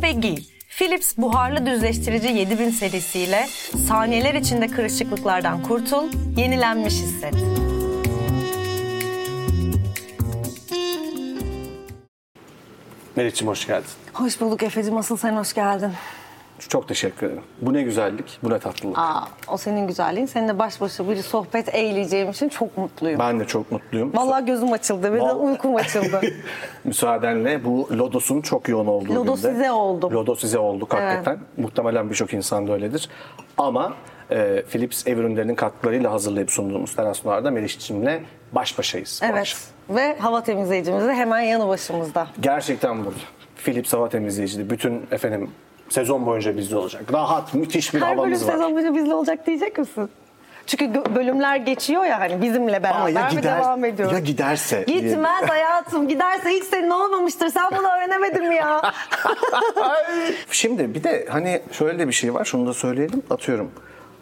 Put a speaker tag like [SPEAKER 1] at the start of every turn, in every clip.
[SPEAKER 1] Peki giy. Philips buharlı düzleştirici 7000 serisiyle saniyeler içinde kırışıklıklardan kurtul, yenilenmiş hisset.
[SPEAKER 2] Melih'ciğim hoş geldin.
[SPEAKER 1] Hoş bulduk Efe'cim. Asıl sen hoş geldin.
[SPEAKER 2] Çok teşekkür ederim. Bu ne güzellik, bu ne tatlılık.
[SPEAKER 1] Aa, o senin güzelliğin. Seninle baş başa bir sohbet eğileceğim için çok mutluyum.
[SPEAKER 2] Ben de çok mutluyum.
[SPEAKER 1] Vallahi gözüm açıldı ve de
[SPEAKER 2] Vallahi-
[SPEAKER 1] uykum açıldı.
[SPEAKER 2] Müsaadenle bu lodosun çok yoğun olduğu
[SPEAKER 1] Lodo
[SPEAKER 2] günde.
[SPEAKER 1] size oldu.
[SPEAKER 2] Lodo size olduk hakikaten. Muhtemelen birçok insan da öyledir. Ama e, Philips ev ürünlerinin katkılarıyla hazırlayıp sunduğumuz terasonlarda Melih'ciğimle baş başayız. bu akşam.
[SPEAKER 1] evet. Ve hava temizleyicimiz de hemen yanı başımızda.
[SPEAKER 2] Gerçekten burada. Philips hava temizleyici de bütün efendim sezon boyunca bizde olacak. Rahat, müthiş bir
[SPEAKER 1] Her bölüm
[SPEAKER 2] havamız var.
[SPEAKER 1] sezon boyunca bizle olacak diyecek misin? Çünkü gö- bölümler geçiyor ya hani bizimle
[SPEAKER 2] Ama
[SPEAKER 1] beraber
[SPEAKER 2] ya,
[SPEAKER 1] ve
[SPEAKER 2] gider,
[SPEAKER 1] devam ediyor.
[SPEAKER 2] ya giderse. e, diye-
[SPEAKER 1] Gitmez hayatım. Giderse hiç senin olmamıştır. Sen bunu öğrenemedin mi ya?
[SPEAKER 2] Şimdi bir de hani şöyle de bir şey var şunu da söyleyelim atıyorum.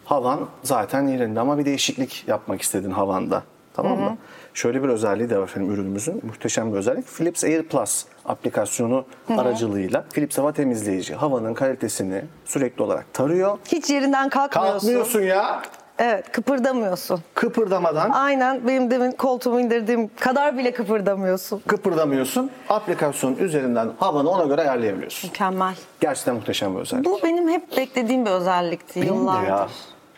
[SPEAKER 2] Havan zaten yerinde ama bir değişiklik yapmak istedin havanda. Tamam mı? Şöyle bir özelliği de var efendim ürünümüzün. Muhteşem bir özellik. Philips Air Plus aplikasyonu aracılığıyla Philips hava temizleyici havanın kalitesini sürekli olarak tarıyor.
[SPEAKER 1] Hiç yerinden kalkmıyorsun.
[SPEAKER 2] Kalkmıyorsun ya.
[SPEAKER 1] Evet kıpırdamıyorsun.
[SPEAKER 2] Kıpırdamadan
[SPEAKER 1] Aynen benim demin koltuğumu indirdiğim kadar bile kıpırdamıyorsun.
[SPEAKER 2] kıpırdamıyorsun. Aplikasyonun üzerinden havanı ona göre ayarlayabiliyorsun.
[SPEAKER 1] Mükemmel.
[SPEAKER 2] Gerçekten muhteşem bir özellik.
[SPEAKER 1] Bu benim hep beklediğim bir özellikti
[SPEAKER 2] Benim de
[SPEAKER 1] yıllardır.
[SPEAKER 2] ya.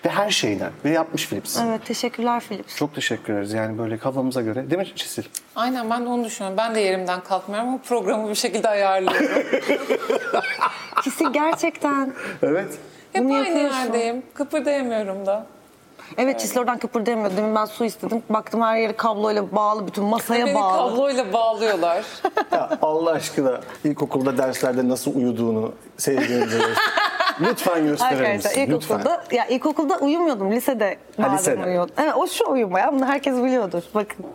[SPEAKER 2] Ve her şeyden. Ve yapmış Philips.
[SPEAKER 1] Evet teşekkürler Philips.
[SPEAKER 2] Çok teşekkür ederiz. Yani böyle kafamıza göre. Değil mi Çisil?
[SPEAKER 3] Aynen ben de onu düşünüyorum. Ben de yerimden kalkmıyorum ama programı bir şekilde ayarlıyorum.
[SPEAKER 1] Kisi gerçekten.
[SPEAKER 2] Evet.
[SPEAKER 3] Hep
[SPEAKER 1] Bunu
[SPEAKER 3] aynı
[SPEAKER 1] yapıyorsun.
[SPEAKER 3] yerdeyim. Kıpırdayamıyorum da.
[SPEAKER 1] Evet Çisli oradan kıpırdayamıyor. Demin ben su istedim. Baktım her yeri kabloyla bağlı. Bütün masaya
[SPEAKER 3] Beni
[SPEAKER 1] bağlı.
[SPEAKER 3] kabloyla bağlıyorlar.
[SPEAKER 2] Ya Allah aşkına ilkokulda derslerde nasıl uyuduğunu sevdiğini göster. Lütfen gösterir
[SPEAKER 1] Arkadaşlar
[SPEAKER 2] misin? Lütfen.
[SPEAKER 1] ilkokulda, ya ilkokulda uyumuyordum. Lisede bazen
[SPEAKER 2] lisede.
[SPEAKER 1] uyuyordum. Evet o şu uyuma ya. Bunu herkes biliyordur. Bakın.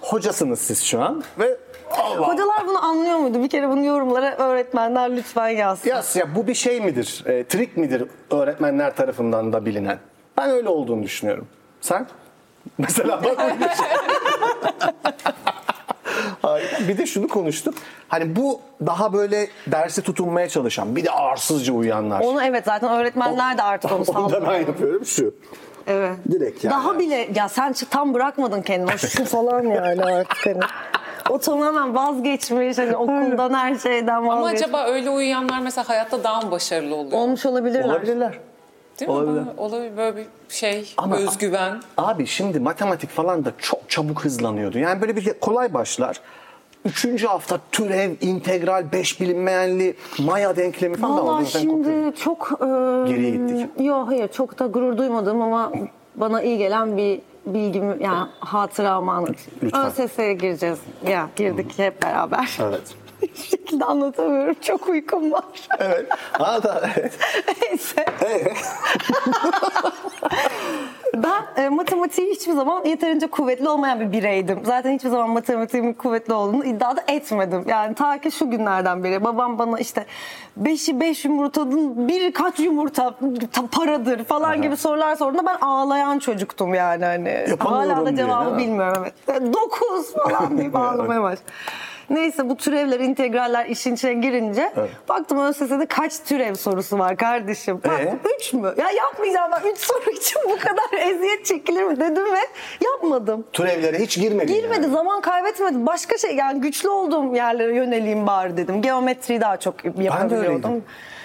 [SPEAKER 2] Hocasınız siz şu an ve Allah.
[SPEAKER 1] Hocalar bunu anlıyor muydu? Bir kere bunu yorumlara öğretmenler lütfen yazsın.
[SPEAKER 2] Yaz ya bu bir şey midir? E, trik midir öğretmenler tarafından da bilinen? Ben öyle olduğunu düşünüyorum. Sen? Mesela bak öyle bir şey. Hayır. Bir de şunu konuştuk. Hani bu daha böyle dersi tutunmaya çalışan, bir de arsızca uyuyanlar.
[SPEAKER 1] Onu evet zaten öğretmenler de artık onu
[SPEAKER 2] Onu da
[SPEAKER 1] sağlıyor.
[SPEAKER 2] ben yapıyorum şu.
[SPEAKER 1] Evet.
[SPEAKER 2] Direkt yani.
[SPEAKER 1] Daha bile ya sen çı- tam bırakmadın kendini. O şu falan yani artık hani. O tamamen vazgeçmiş hani okuldan her şeyden
[SPEAKER 3] ama
[SPEAKER 1] vazgeçmiş.
[SPEAKER 3] acaba öyle uyuyanlar mesela hayatta daha mı başarılı oluyor?
[SPEAKER 1] Olmuş olabilirler.
[SPEAKER 2] Olabilirler.
[SPEAKER 3] Değil mi?
[SPEAKER 2] olabilir.
[SPEAKER 3] Böyle- Olabilir böyle bir şey,
[SPEAKER 2] Ama-
[SPEAKER 3] özgüven.
[SPEAKER 2] Abi şimdi matematik falan da çok çabuk hızlanıyordu. Yani böyle bir de kolay başlar. Üçüncü hafta türev, integral, beş bilinmeyenli, maya denklemi falan da
[SPEAKER 1] Valla
[SPEAKER 2] vardı. Ben kopuyorum.
[SPEAKER 1] şimdi çok... E,
[SPEAKER 2] Geriye gittik.
[SPEAKER 1] Yok hayır çok da gurur duymadım ama bana iyi gelen bir bilgim yani hatırama anlatayım.
[SPEAKER 2] Lütfen.
[SPEAKER 1] ÖSS'ye gireceğiz. Ya girdik hep beraber.
[SPEAKER 2] Evet.
[SPEAKER 1] Hiçbir şekilde anlatamıyorum. Çok uykum var.
[SPEAKER 2] Evet. Ha da evet.
[SPEAKER 1] Neyse. ben e, matematiği hiçbir zaman yeterince kuvvetli olmayan bir bireydim. Zaten hiçbir zaman matematiğimin kuvvetli olduğunu iddia da etmedim. Yani ta ki şu günlerden beri babam bana işte beşi beş yumurtanın biri kaç yumurta ta- paradır falan gibi sorular sorduğunda ben ağlayan çocuktum yani. Hani.
[SPEAKER 2] Yapamıyorum
[SPEAKER 1] Hala da
[SPEAKER 2] diye,
[SPEAKER 1] cevabı
[SPEAKER 2] değil mi?
[SPEAKER 1] bilmiyorum. Evet. Dokuz falan deyip ağlamaya başladım. Neyse bu türevler, integraller işin içine girince
[SPEAKER 2] Evet.
[SPEAKER 1] baktım ÖSS'de kaç türev sorusu var kardeşim. Bak,
[SPEAKER 2] Ee?
[SPEAKER 1] Üç mü? Ya yapmayacağım ben. Üç soru için bu kadar eziyet çekilir mi dedim ve yapmadım.
[SPEAKER 2] Türevlere hiç girmedi.
[SPEAKER 1] Girmedi zaman kaybetmedim. Başka şey yani güçlü olduğum yerlere yöneleyim bari dedim. Geometriyi daha çok yapabiliyordum.
[SPEAKER 2] öyleydim.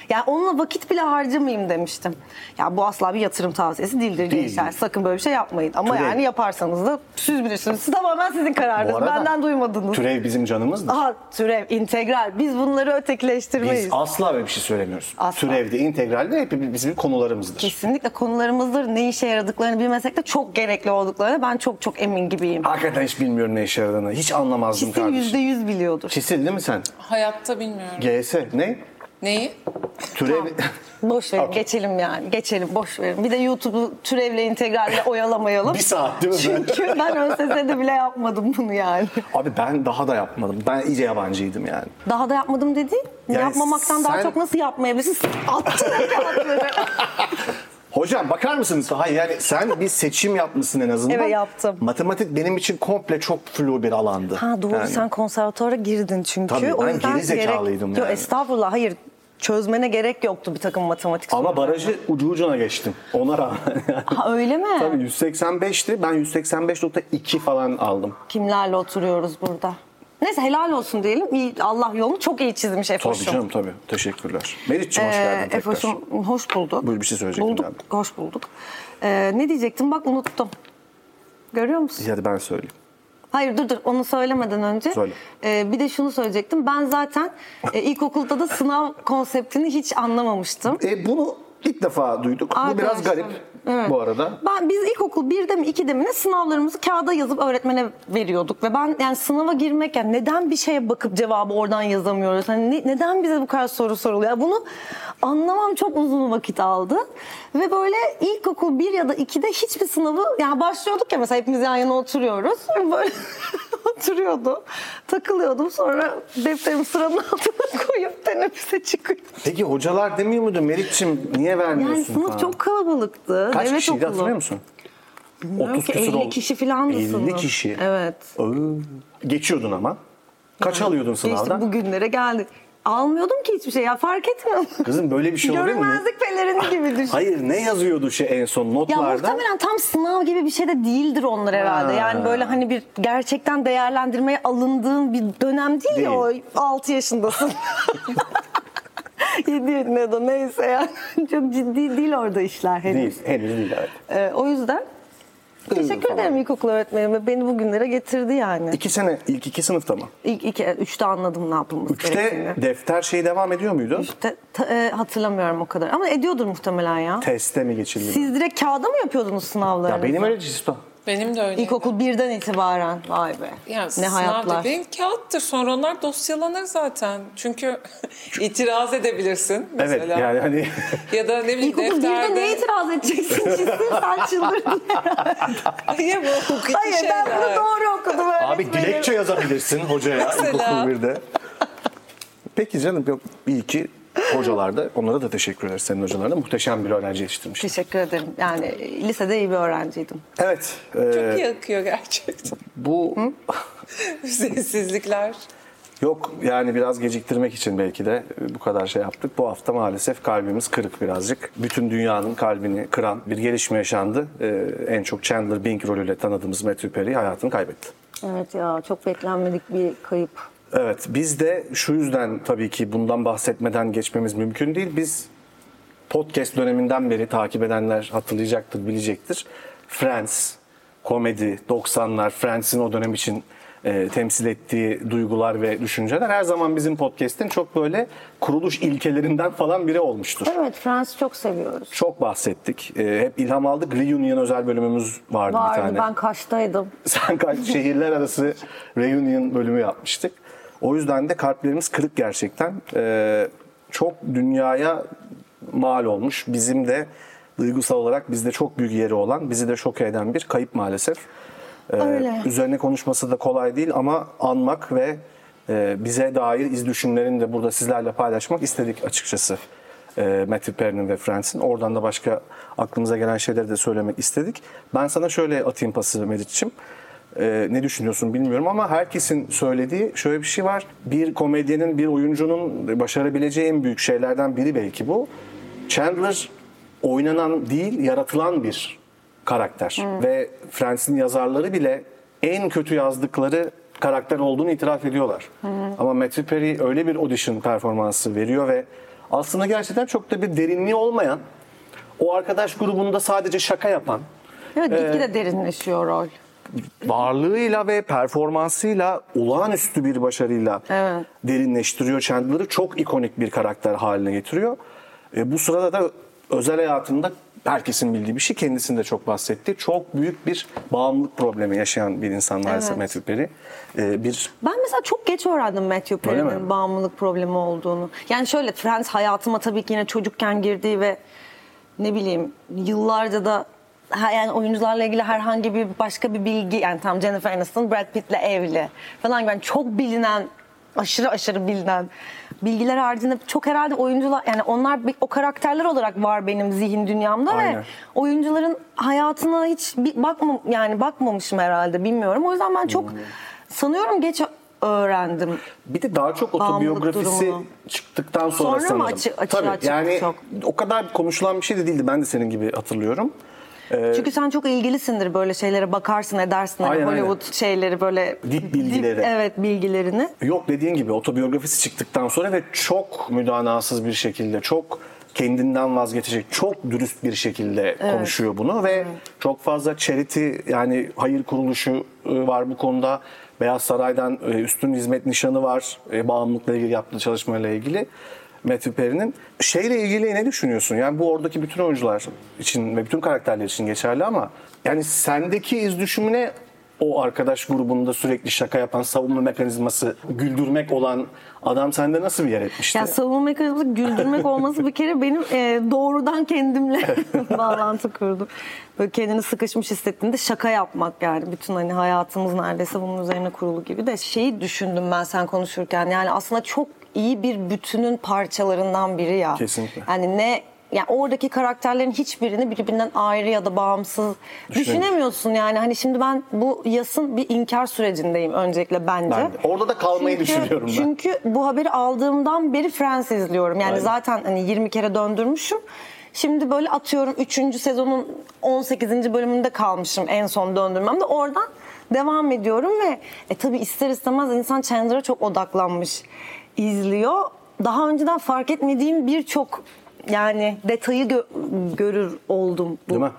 [SPEAKER 1] Yani onunla vakit bile harcamayayım demiştim. Ya bu asla bir yatırım tavsiyesi değildir
[SPEAKER 2] Değil.
[SPEAKER 1] gençler. Sakın böyle bir şey yapmayın. Ama
[SPEAKER 2] Türev.
[SPEAKER 1] yani yaparsanız da siz bilirsiniz. Siz tamamen sizin kararınız. Benden duymadınız.
[SPEAKER 2] Türev bizim canımızdır.
[SPEAKER 1] Aha türev, integral. Biz bunları ötekileştirmeyiz.
[SPEAKER 2] Biz asla böyle bir şey söylemiyoruz.
[SPEAKER 1] Asla.
[SPEAKER 2] Türevde, integralde hep bizim konularımızdır.
[SPEAKER 1] Kesinlikle konularımızdır. Ne işe yaradıklarını bilmesek de çok gerekli olduklarını ben çok çok emin gibiyim.
[SPEAKER 2] Hakikaten hiç bilmiyorum ne işe yaradığını. Hiç anlamazdım
[SPEAKER 1] Kesin
[SPEAKER 2] kardeşim.
[SPEAKER 1] yüzde yüz biliyordur.
[SPEAKER 2] Çisil değil mi sen?
[SPEAKER 3] Hayatta bilmiyorum.
[SPEAKER 2] GS ne?
[SPEAKER 3] Neyi?
[SPEAKER 2] Türev...
[SPEAKER 1] Boş verin geçelim yani. Geçelim boş verin. Bir de YouTube'u türevle integralle oyalamayalım.
[SPEAKER 2] Bir saat değil mi?
[SPEAKER 1] Çünkü ben ÖSS'de bile yapmadım bunu yani.
[SPEAKER 2] Abi ben daha da yapmadım. Ben iyice yabancıydım yani.
[SPEAKER 1] Daha da yapmadım dedi.
[SPEAKER 2] Yani
[SPEAKER 1] Yapmamaktan daha
[SPEAKER 2] sen-
[SPEAKER 1] çok nasıl yapmayabilirsin? Attın o kağıtları.
[SPEAKER 2] Hocam bakar mısınız? Hayır yani sen bir seçim yapmışsın en azından.
[SPEAKER 1] Evet, yaptım.
[SPEAKER 2] Matematik benim için komple çok flu bir alandı.
[SPEAKER 1] Ha doğru
[SPEAKER 2] Yani.
[SPEAKER 1] sen konservatuara girdin çünkü.
[SPEAKER 2] Tabii, ben
[SPEAKER 1] yüzden
[SPEAKER 2] geri zekalıydım
[SPEAKER 1] Yok
[SPEAKER 2] yani.
[SPEAKER 1] estağfurullah hayır çözmene gerek yoktu bir takım matematik
[SPEAKER 2] Ama
[SPEAKER 1] soruları.
[SPEAKER 2] barajı ucu ucuna geçtim. Ona rağmen. yani.
[SPEAKER 1] Ha, öyle mi?
[SPEAKER 2] Tabii 185'ti. Ben 185.2 falan aldım.
[SPEAKER 1] Kimlerle oturuyoruz burada? Neyse helal olsun diyelim. İyi, Allah yolunu çok iyi çizmiş
[SPEAKER 2] Tabii
[SPEAKER 1] Efoş'um.
[SPEAKER 2] canım tabii. Teşekkürler. Meriç'ciğim hoş
[SPEAKER 1] Ee,
[SPEAKER 2] geldin tekrar.
[SPEAKER 1] Efoş'um hoş bulduk.
[SPEAKER 2] Buyur, bir şey söyleyecektin
[SPEAKER 1] Bulduk,
[SPEAKER 2] abi.
[SPEAKER 1] Hoş bulduk. Ee, ne diyecektim bak unuttum. Görüyor musun?
[SPEAKER 2] Hadi ben söyleyeyim.
[SPEAKER 1] Hayır dur dur onu söylemeden önce
[SPEAKER 2] Söyle.
[SPEAKER 1] e, bir de şunu söyleyecektim. Ben zaten e, ilkokulda da sınav konseptini hiç anlamamıştım.
[SPEAKER 2] E, bunu ilk defa duyduk. Bu biraz
[SPEAKER 1] Arkadaşlar,
[SPEAKER 2] garip
[SPEAKER 1] evet.
[SPEAKER 2] bu arada.
[SPEAKER 1] Ben biz ilkokul 1'de mi 2'de mi ne sınavlarımızı kağıda yazıp öğretmene veriyorduk ve ben yani sınava girmek yani neden bir şeye bakıp cevabı oradan yazamıyoruz? Hani ne- neden bize bu kadar soru soruluyor? Yani Bunu anlamam çok uzun vakit aldı. Ve böyle ilkokul 1 ya da 2'de hiçbir sınavı yani başlıyorduk ya mesela hepimiz yan yana oturuyoruz. Böyle oturuyordum. Takılıyordum sonra defterimi sıranın altına koyup teneffüse çıkıyordum.
[SPEAKER 2] Peki hocalar demiyor muydu Meriç'ciğim niye vermiyorsun
[SPEAKER 1] Yani sınıf
[SPEAKER 2] falan?
[SPEAKER 1] çok kalabalıktı.
[SPEAKER 2] Kaç
[SPEAKER 1] Devlet
[SPEAKER 2] kişiydi
[SPEAKER 1] okulu.
[SPEAKER 2] hatırlıyor musun?
[SPEAKER 1] Bilmiyorum ki,
[SPEAKER 2] küsur
[SPEAKER 1] 50
[SPEAKER 2] oldu.
[SPEAKER 1] kişi falan da
[SPEAKER 2] 50
[SPEAKER 1] sınıf.
[SPEAKER 2] kişi.
[SPEAKER 1] Evet.
[SPEAKER 2] Aa, Geçiyordun ama. Kaç alıyordun
[SPEAKER 1] İşte
[SPEAKER 2] sınavdan?
[SPEAKER 1] bugünlere geldik. Almıyordum ki hiçbir şey ya fark etmiyorum.
[SPEAKER 2] Kızım böyle bir şey olur mu?
[SPEAKER 1] Görünmezlik pelerini gibi düşün.
[SPEAKER 2] Hayır ne yazıyordu şey en son
[SPEAKER 1] Ya
[SPEAKER 2] notlarda?
[SPEAKER 1] muhtemelen tam sınav gibi bir şey de değildir onlar herhalde.
[SPEAKER 2] Ha.
[SPEAKER 1] Yani böyle hani bir gerçekten değerlendirmeye alındığın bir dönem değil, ya o.
[SPEAKER 2] Değil.
[SPEAKER 1] 6 yaşındasın. 7 yaşında da neyse yani. Çok ciddi değil orada işler henüz.
[SPEAKER 2] Değil. Henüz değil evet.
[SPEAKER 1] Ee, o yüzden teşekkür
[SPEAKER 2] falan.
[SPEAKER 1] ederim ilkokul öğretmenime. Beni bugünlere getirdi yani.
[SPEAKER 2] İki sene ilk iki sınıfta mı?
[SPEAKER 1] İlk iki, üçte anladım ne yapmamız gerektiğini.
[SPEAKER 2] Üçte defter şey devam ediyor muydu?
[SPEAKER 1] Te- te- e, hatırlamıyorum o kadar. Ama ediyordur muhtemelen ya.
[SPEAKER 2] Teste mi geçildi? mi?
[SPEAKER 1] Siz direkt kağıda mı yapıyordunuz sınavları?
[SPEAKER 2] Ya benim öyle şey. cisim.
[SPEAKER 3] Benim de öyle.
[SPEAKER 1] İlkokul birden itibaren. Vay be.
[SPEAKER 3] Yani
[SPEAKER 1] ne
[SPEAKER 3] sınav
[SPEAKER 1] hayatlar.
[SPEAKER 3] dediğin kağıttır. Sonra onlar dosyalanır zaten. Çünkü itiraz edebilirsin mesela.
[SPEAKER 2] Evet yani hani
[SPEAKER 3] Ya da ne bileyim
[SPEAKER 1] İlkokul birde neye
[SPEAKER 3] defterde.
[SPEAKER 1] itiraz edeceksin? Cisim sen çıldırdın.
[SPEAKER 3] Niye bu hukuki
[SPEAKER 1] Hayır ben
[SPEAKER 3] şeyler?
[SPEAKER 1] bunu doğru okudum
[SPEAKER 2] abi
[SPEAKER 1] öğretmenim.
[SPEAKER 2] dilekçe yazabilirsin hocaya
[SPEAKER 3] Mesela.
[SPEAKER 2] ilkokul birde. Peki canım yok bir iki hocalar da onlara da teşekkür ederiz senin hocalarına muhteşem bir öğrenci yetiştirmiş.
[SPEAKER 1] Teşekkür ederim. Yani lisede iyi bir öğrenciydim.
[SPEAKER 2] Evet
[SPEAKER 3] Çok
[SPEAKER 2] e,
[SPEAKER 3] iyi akıyor gerçekten.
[SPEAKER 2] bu
[SPEAKER 3] Sessizlikler.
[SPEAKER 2] Yok yani biraz geciktirmek için belki de bu kadar şey yaptık. Bu hafta maalesef kalbimiz kırık birazcık. Bütün dünyanın kalbini kıran bir gelişme yaşandı. Ee, en çok Chandler Bing rolüyle tanıdığımız Matthew Perry hayatını kaybetti.
[SPEAKER 1] Evet ya çok beklenmedik bir kayıp.
[SPEAKER 2] Evet biz de şu yüzden tabii ki bundan bahsetmeden geçmemiz mümkün değil. Biz podcast döneminden beri takip edenler hatırlayacaktır, bilecektir. Friends, komedi, 90'lar, Friends'in o dönem için e, temsil ettiği duygular ve düşünceler her zaman bizim podcast'in çok böyle kuruluş ilkelerinden falan biri olmuştur.
[SPEAKER 1] Evet Fransız çok seviyoruz.
[SPEAKER 2] Çok bahsettik. E, hep ilham aldık. Reunion özel bölümümüz vardı, bir
[SPEAKER 1] Vardı
[SPEAKER 2] tane.
[SPEAKER 1] ben Kaş'taydım.
[SPEAKER 2] Sen kaç şehirler arası reunion bölümü yapmıştık. O yüzden de kalplerimiz kırık gerçekten. Ee, çok dünyaya mal olmuş. Bizim de duygusal olarak bizde çok büyük yeri olan, bizi de şok eden bir kayıp maalesef. Ee,
[SPEAKER 1] Öyle.
[SPEAKER 2] Üzerine konuşması da kolay değil ama anmak ve e, bize dair iz düşümlerini de burada sizlerle paylaşmak istedik açıkçası. E, Matthew Perry'nin ve Friends'in. Oradan da başka aklımıza gelen şeyleri de söylemek istedik. Ben sana şöyle atayım pası Meriç'ciğim. E, ne düşünüyorsun bilmiyorum ama herkesin söylediği şöyle bir şey var. Bir komedyenin, bir oyuncunun başarabileceği en büyük şeylerden biri belki bu. Chandler oynanan değil, yaratılan bir karakter. Ve Friends'in yazarları bile en kötü yazdıkları karakter olduğunu itiraf ediyorlar. Ama Matthew Perry öyle bir audition performansı veriyor ve aslında gerçekten çok da bir derinliği olmayan, o arkadaş grubunda sadece şaka yapan,
[SPEAKER 1] Evet gitgide derinleşiyor rol.
[SPEAKER 2] varlığıyla ve performansıyla olağanüstü bir başarıyla
[SPEAKER 1] Evet.
[SPEAKER 2] derinleştiriyor Chandler'ı. Çok ikonik bir karakter haline getiriyor. E, bu sırada da özel hayatında herkesin bildiği bir şey kendisinin de çok bahsetti. Çok büyük bir bağımlılık problemi yaşayan bir insan maalesef
[SPEAKER 1] Evet.
[SPEAKER 2] Matthew Perry. E, bir
[SPEAKER 1] Ben mesela çok geç öğrendim Matthew
[SPEAKER 2] Öyle
[SPEAKER 1] Perry'nin
[SPEAKER 2] mi?
[SPEAKER 1] bağımlılık problemi olduğunu. Yani şöyle Friends hayatıma tabii ki yine çocukken girdiği ve ne bileyim yıllarca da ha- yani oyuncularla ilgili herhangi bir başka bir bilgi yani tam Jennifer Aniston Brad Pitt'le evli falan gibi yani çok bilinen aşırı aşırı bilinen bilgiler haricinde çok herhalde oyuncular yani onlar bir- o karakterler olarak var benim zihin dünyamda ve
[SPEAKER 2] Aynen.
[SPEAKER 1] oyuncuların hayatına hiç bir bakmam yani bakmamışım herhalde bilmiyorum. O yüzden ben çok sanıyorum geç öğrendim.
[SPEAKER 2] Bir de daha çok
[SPEAKER 1] Bağımlılık
[SPEAKER 2] otobiyografisi
[SPEAKER 1] durumu.
[SPEAKER 2] çıktıktan sonra,
[SPEAKER 1] Sonra mı
[SPEAKER 2] sanırım.
[SPEAKER 1] açı- açığa
[SPEAKER 2] Tabii
[SPEAKER 1] çıktı
[SPEAKER 2] yani
[SPEAKER 1] çok?
[SPEAKER 2] o kadar konuşulan bir şey de değildi. Ben de senin gibi hatırlıyorum.
[SPEAKER 1] Çünkü sen çok ilgilisindir böyle şeylere bakarsın edersin hani
[SPEAKER 2] Aynen,
[SPEAKER 1] Hollywood şeyleri böyle
[SPEAKER 2] Dip bilgileri.
[SPEAKER 1] evet bilgilerini.
[SPEAKER 2] Yok dediğin gibi otobiyografisi çıktıktan sonra ve çok müdanasız bir şekilde çok kendinden vazgeçecek çok dürüst bir şekilde konuşuyor bunu ve çok fazla charity yani hayır kuruluşu e, var bu konuda. Beyaz Saray'dan e, üstün hizmet nişanı var e, bağımlılıkla ilgili yaptığı çalışmayla ilgili. Matthew Perry'nin şeyle ilgili ne düşünüyorsun? Yani bu oradaki bütün oyuncular için ve bütün karakterler için geçerli ama yani sendeki iz düşümüne o arkadaş grubunda sürekli şaka yapan savunma mekanizması güldürmek olan adam sende nasıl bir yer etmişti?
[SPEAKER 1] Ya savunma mekanizması güldürmek olması bir kere benim e, doğrudan kendimle bağlantı kurdu. Böyle kendini sıkışmış hissettiğinde şaka yapmak yani. Bütün hani hayatımız neredeyse bunun üzerine kurulu gibi de şeyi düşündüm ben sen konuşurken. Yani aslında çok iyi bir bütünün parçalarından biri ya.
[SPEAKER 2] Kesinlikle.
[SPEAKER 1] Yani ne yani oradaki karakterlerin hiçbirini birbirinden ayrı ya da bağımsız
[SPEAKER 2] Düşünemiyorum.
[SPEAKER 1] düşünemiyorsun yani. Hani şimdi ben bu yasın bir inkar sürecindeyim öncelikle bence.
[SPEAKER 2] Ben de. Orada da kalmayı düşünüyorum ben.
[SPEAKER 1] Çünkü bu haberi aldığımdan beri Friends izliyorum. Yani
[SPEAKER 2] Aynen.
[SPEAKER 1] zaten hani 20 kere döndürmüşüm. Şimdi böyle atıyorum 3. sezonun 18. bölümünde kalmışım en son döndürmemde. Oradan devam ediyorum ve e tabii ister istemez insan Chandler'a çok odaklanmış izliyor. Daha önceden fark etmediğim birçok yani detayı gö- görür oldum bu
[SPEAKER 2] Değil mi?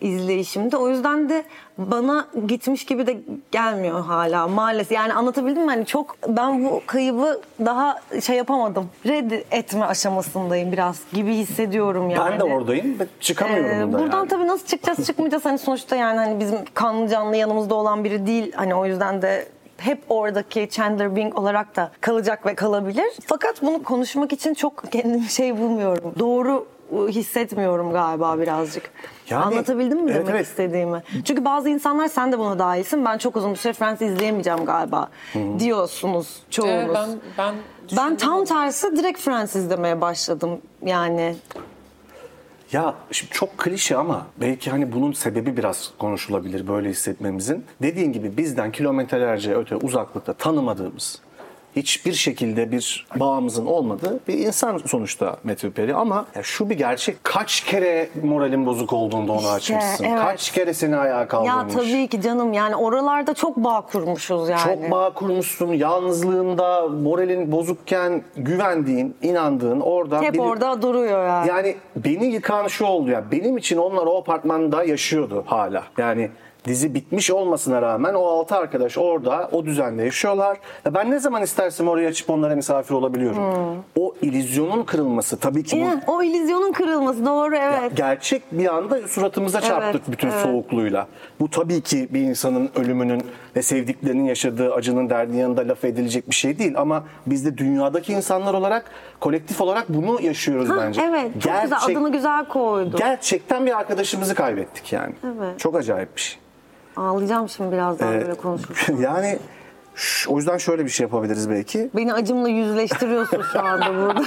[SPEAKER 1] izleyişimde. O yüzden de bana gitmiş gibi de gelmiyor hala maalesef. Yani anlatabildim mi? Hani çok ben bu kaybı daha şey yapamadım. Red etme aşamasındayım biraz gibi hissediyorum yani.
[SPEAKER 2] Ben de oradayım ve çıkamıyorum
[SPEAKER 1] Ee,
[SPEAKER 2] bundan.
[SPEAKER 1] buradan
[SPEAKER 2] yani.
[SPEAKER 1] tabii nasıl çıkacağız çıkmayacağız hani sonuçta yani hani bizim kanlı canlı yanımızda olan biri değil hani o yüzden de hep oradaki Chandler Bing olarak da kalacak ve kalabilir. Fakat bunu konuşmak için çok kendimi şey bulmuyorum. Doğru e, hissetmiyorum galiba birazcık.
[SPEAKER 2] Yani-
[SPEAKER 1] Anlatabildim mi
[SPEAKER 2] Evet,
[SPEAKER 1] demek
[SPEAKER 2] evet.
[SPEAKER 1] istediğimi? Çünkü bazı insanlar sen de buna dahilsin. Ben çok uzun bir süre Friends izleyemeyeceğim galiba diyorsunuz çoğunuz.
[SPEAKER 3] Evet, ben ben
[SPEAKER 1] ben
[SPEAKER 3] düşündüm
[SPEAKER 1] tam
[SPEAKER 3] onu.
[SPEAKER 1] tersi direkt Friends izlemeye başladım yani.
[SPEAKER 2] Ya şimdi çok klişe ama belki hani bunun sebebi biraz konuşulabilir böyle hissetmemizin. Dediğin gibi bizden kilometrelerce öte uzaklıkta tanımadığımız hiçbir şekilde bir bağımızın olmadığı bir insan sonuçta Matthew Perry ama ya şu bir gerçek kaç kere moralin bozuk olduğunda onu
[SPEAKER 1] İşte,
[SPEAKER 2] açmışsın.
[SPEAKER 1] evet.
[SPEAKER 2] Kaç kere seni ayağa
[SPEAKER 1] Ya
[SPEAKER 2] kaldırmış.
[SPEAKER 1] tabii ki canım yani oralarda çok bağ kurmuşuz yani.
[SPEAKER 2] Çok bağ kurmuşsun yalnızlığında, moralin bozukken güvendiğin, inandığın orada
[SPEAKER 1] Hep
[SPEAKER 2] biri-
[SPEAKER 1] orada duruyor yani.
[SPEAKER 2] Yani beni yıkan şu oldu ya. Benim için onlar o apartmanda yaşıyordu hala. Yani dizi bitmiş olmasına rağmen o altı arkadaş orada o düzende yaşıyorlar. Ya Ben ne zaman istersem oraya açıp onlara misafir olabiliyorum. O illüzyonun kırılması tabii ki bu
[SPEAKER 1] Hmm. Ya, o illüzyonun kırılması doğru evet.
[SPEAKER 2] gerçek bir anda suratımıza çarptık bütün
[SPEAKER 1] evet.
[SPEAKER 2] soğukluğuyla. Bu tabii ki bir insanın ölümünün ve sevdiklerinin yaşadığı acının derdinin yanında laf edilecek bir şey değil ama biz de dünyadaki insanlar olarak kolektif olarak bunu yaşıyoruz
[SPEAKER 1] Ha,
[SPEAKER 2] bence.
[SPEAKER 1] evet çok güzel
[SPEAKER 2] Gerçek-
[SPEAKER 1] adını güzel koydu.
[SPEAKER 2] Gerçekten bir arkadaşımızı kaybettik yani.
[SPEAKER 1] Evet.
[SPEAKER 2] Çok acayip bir şey. Ee,
[SPEAKER 1] Ağlayacağım şimdi birazdan böyle konuşurken.
[SPEAKER 2] yani ş- o yüzden şöyle bir şey yapabiliriz belki.
[SPEAKER 1] Beni acımla yüzleştiriyorsun şu anda burada.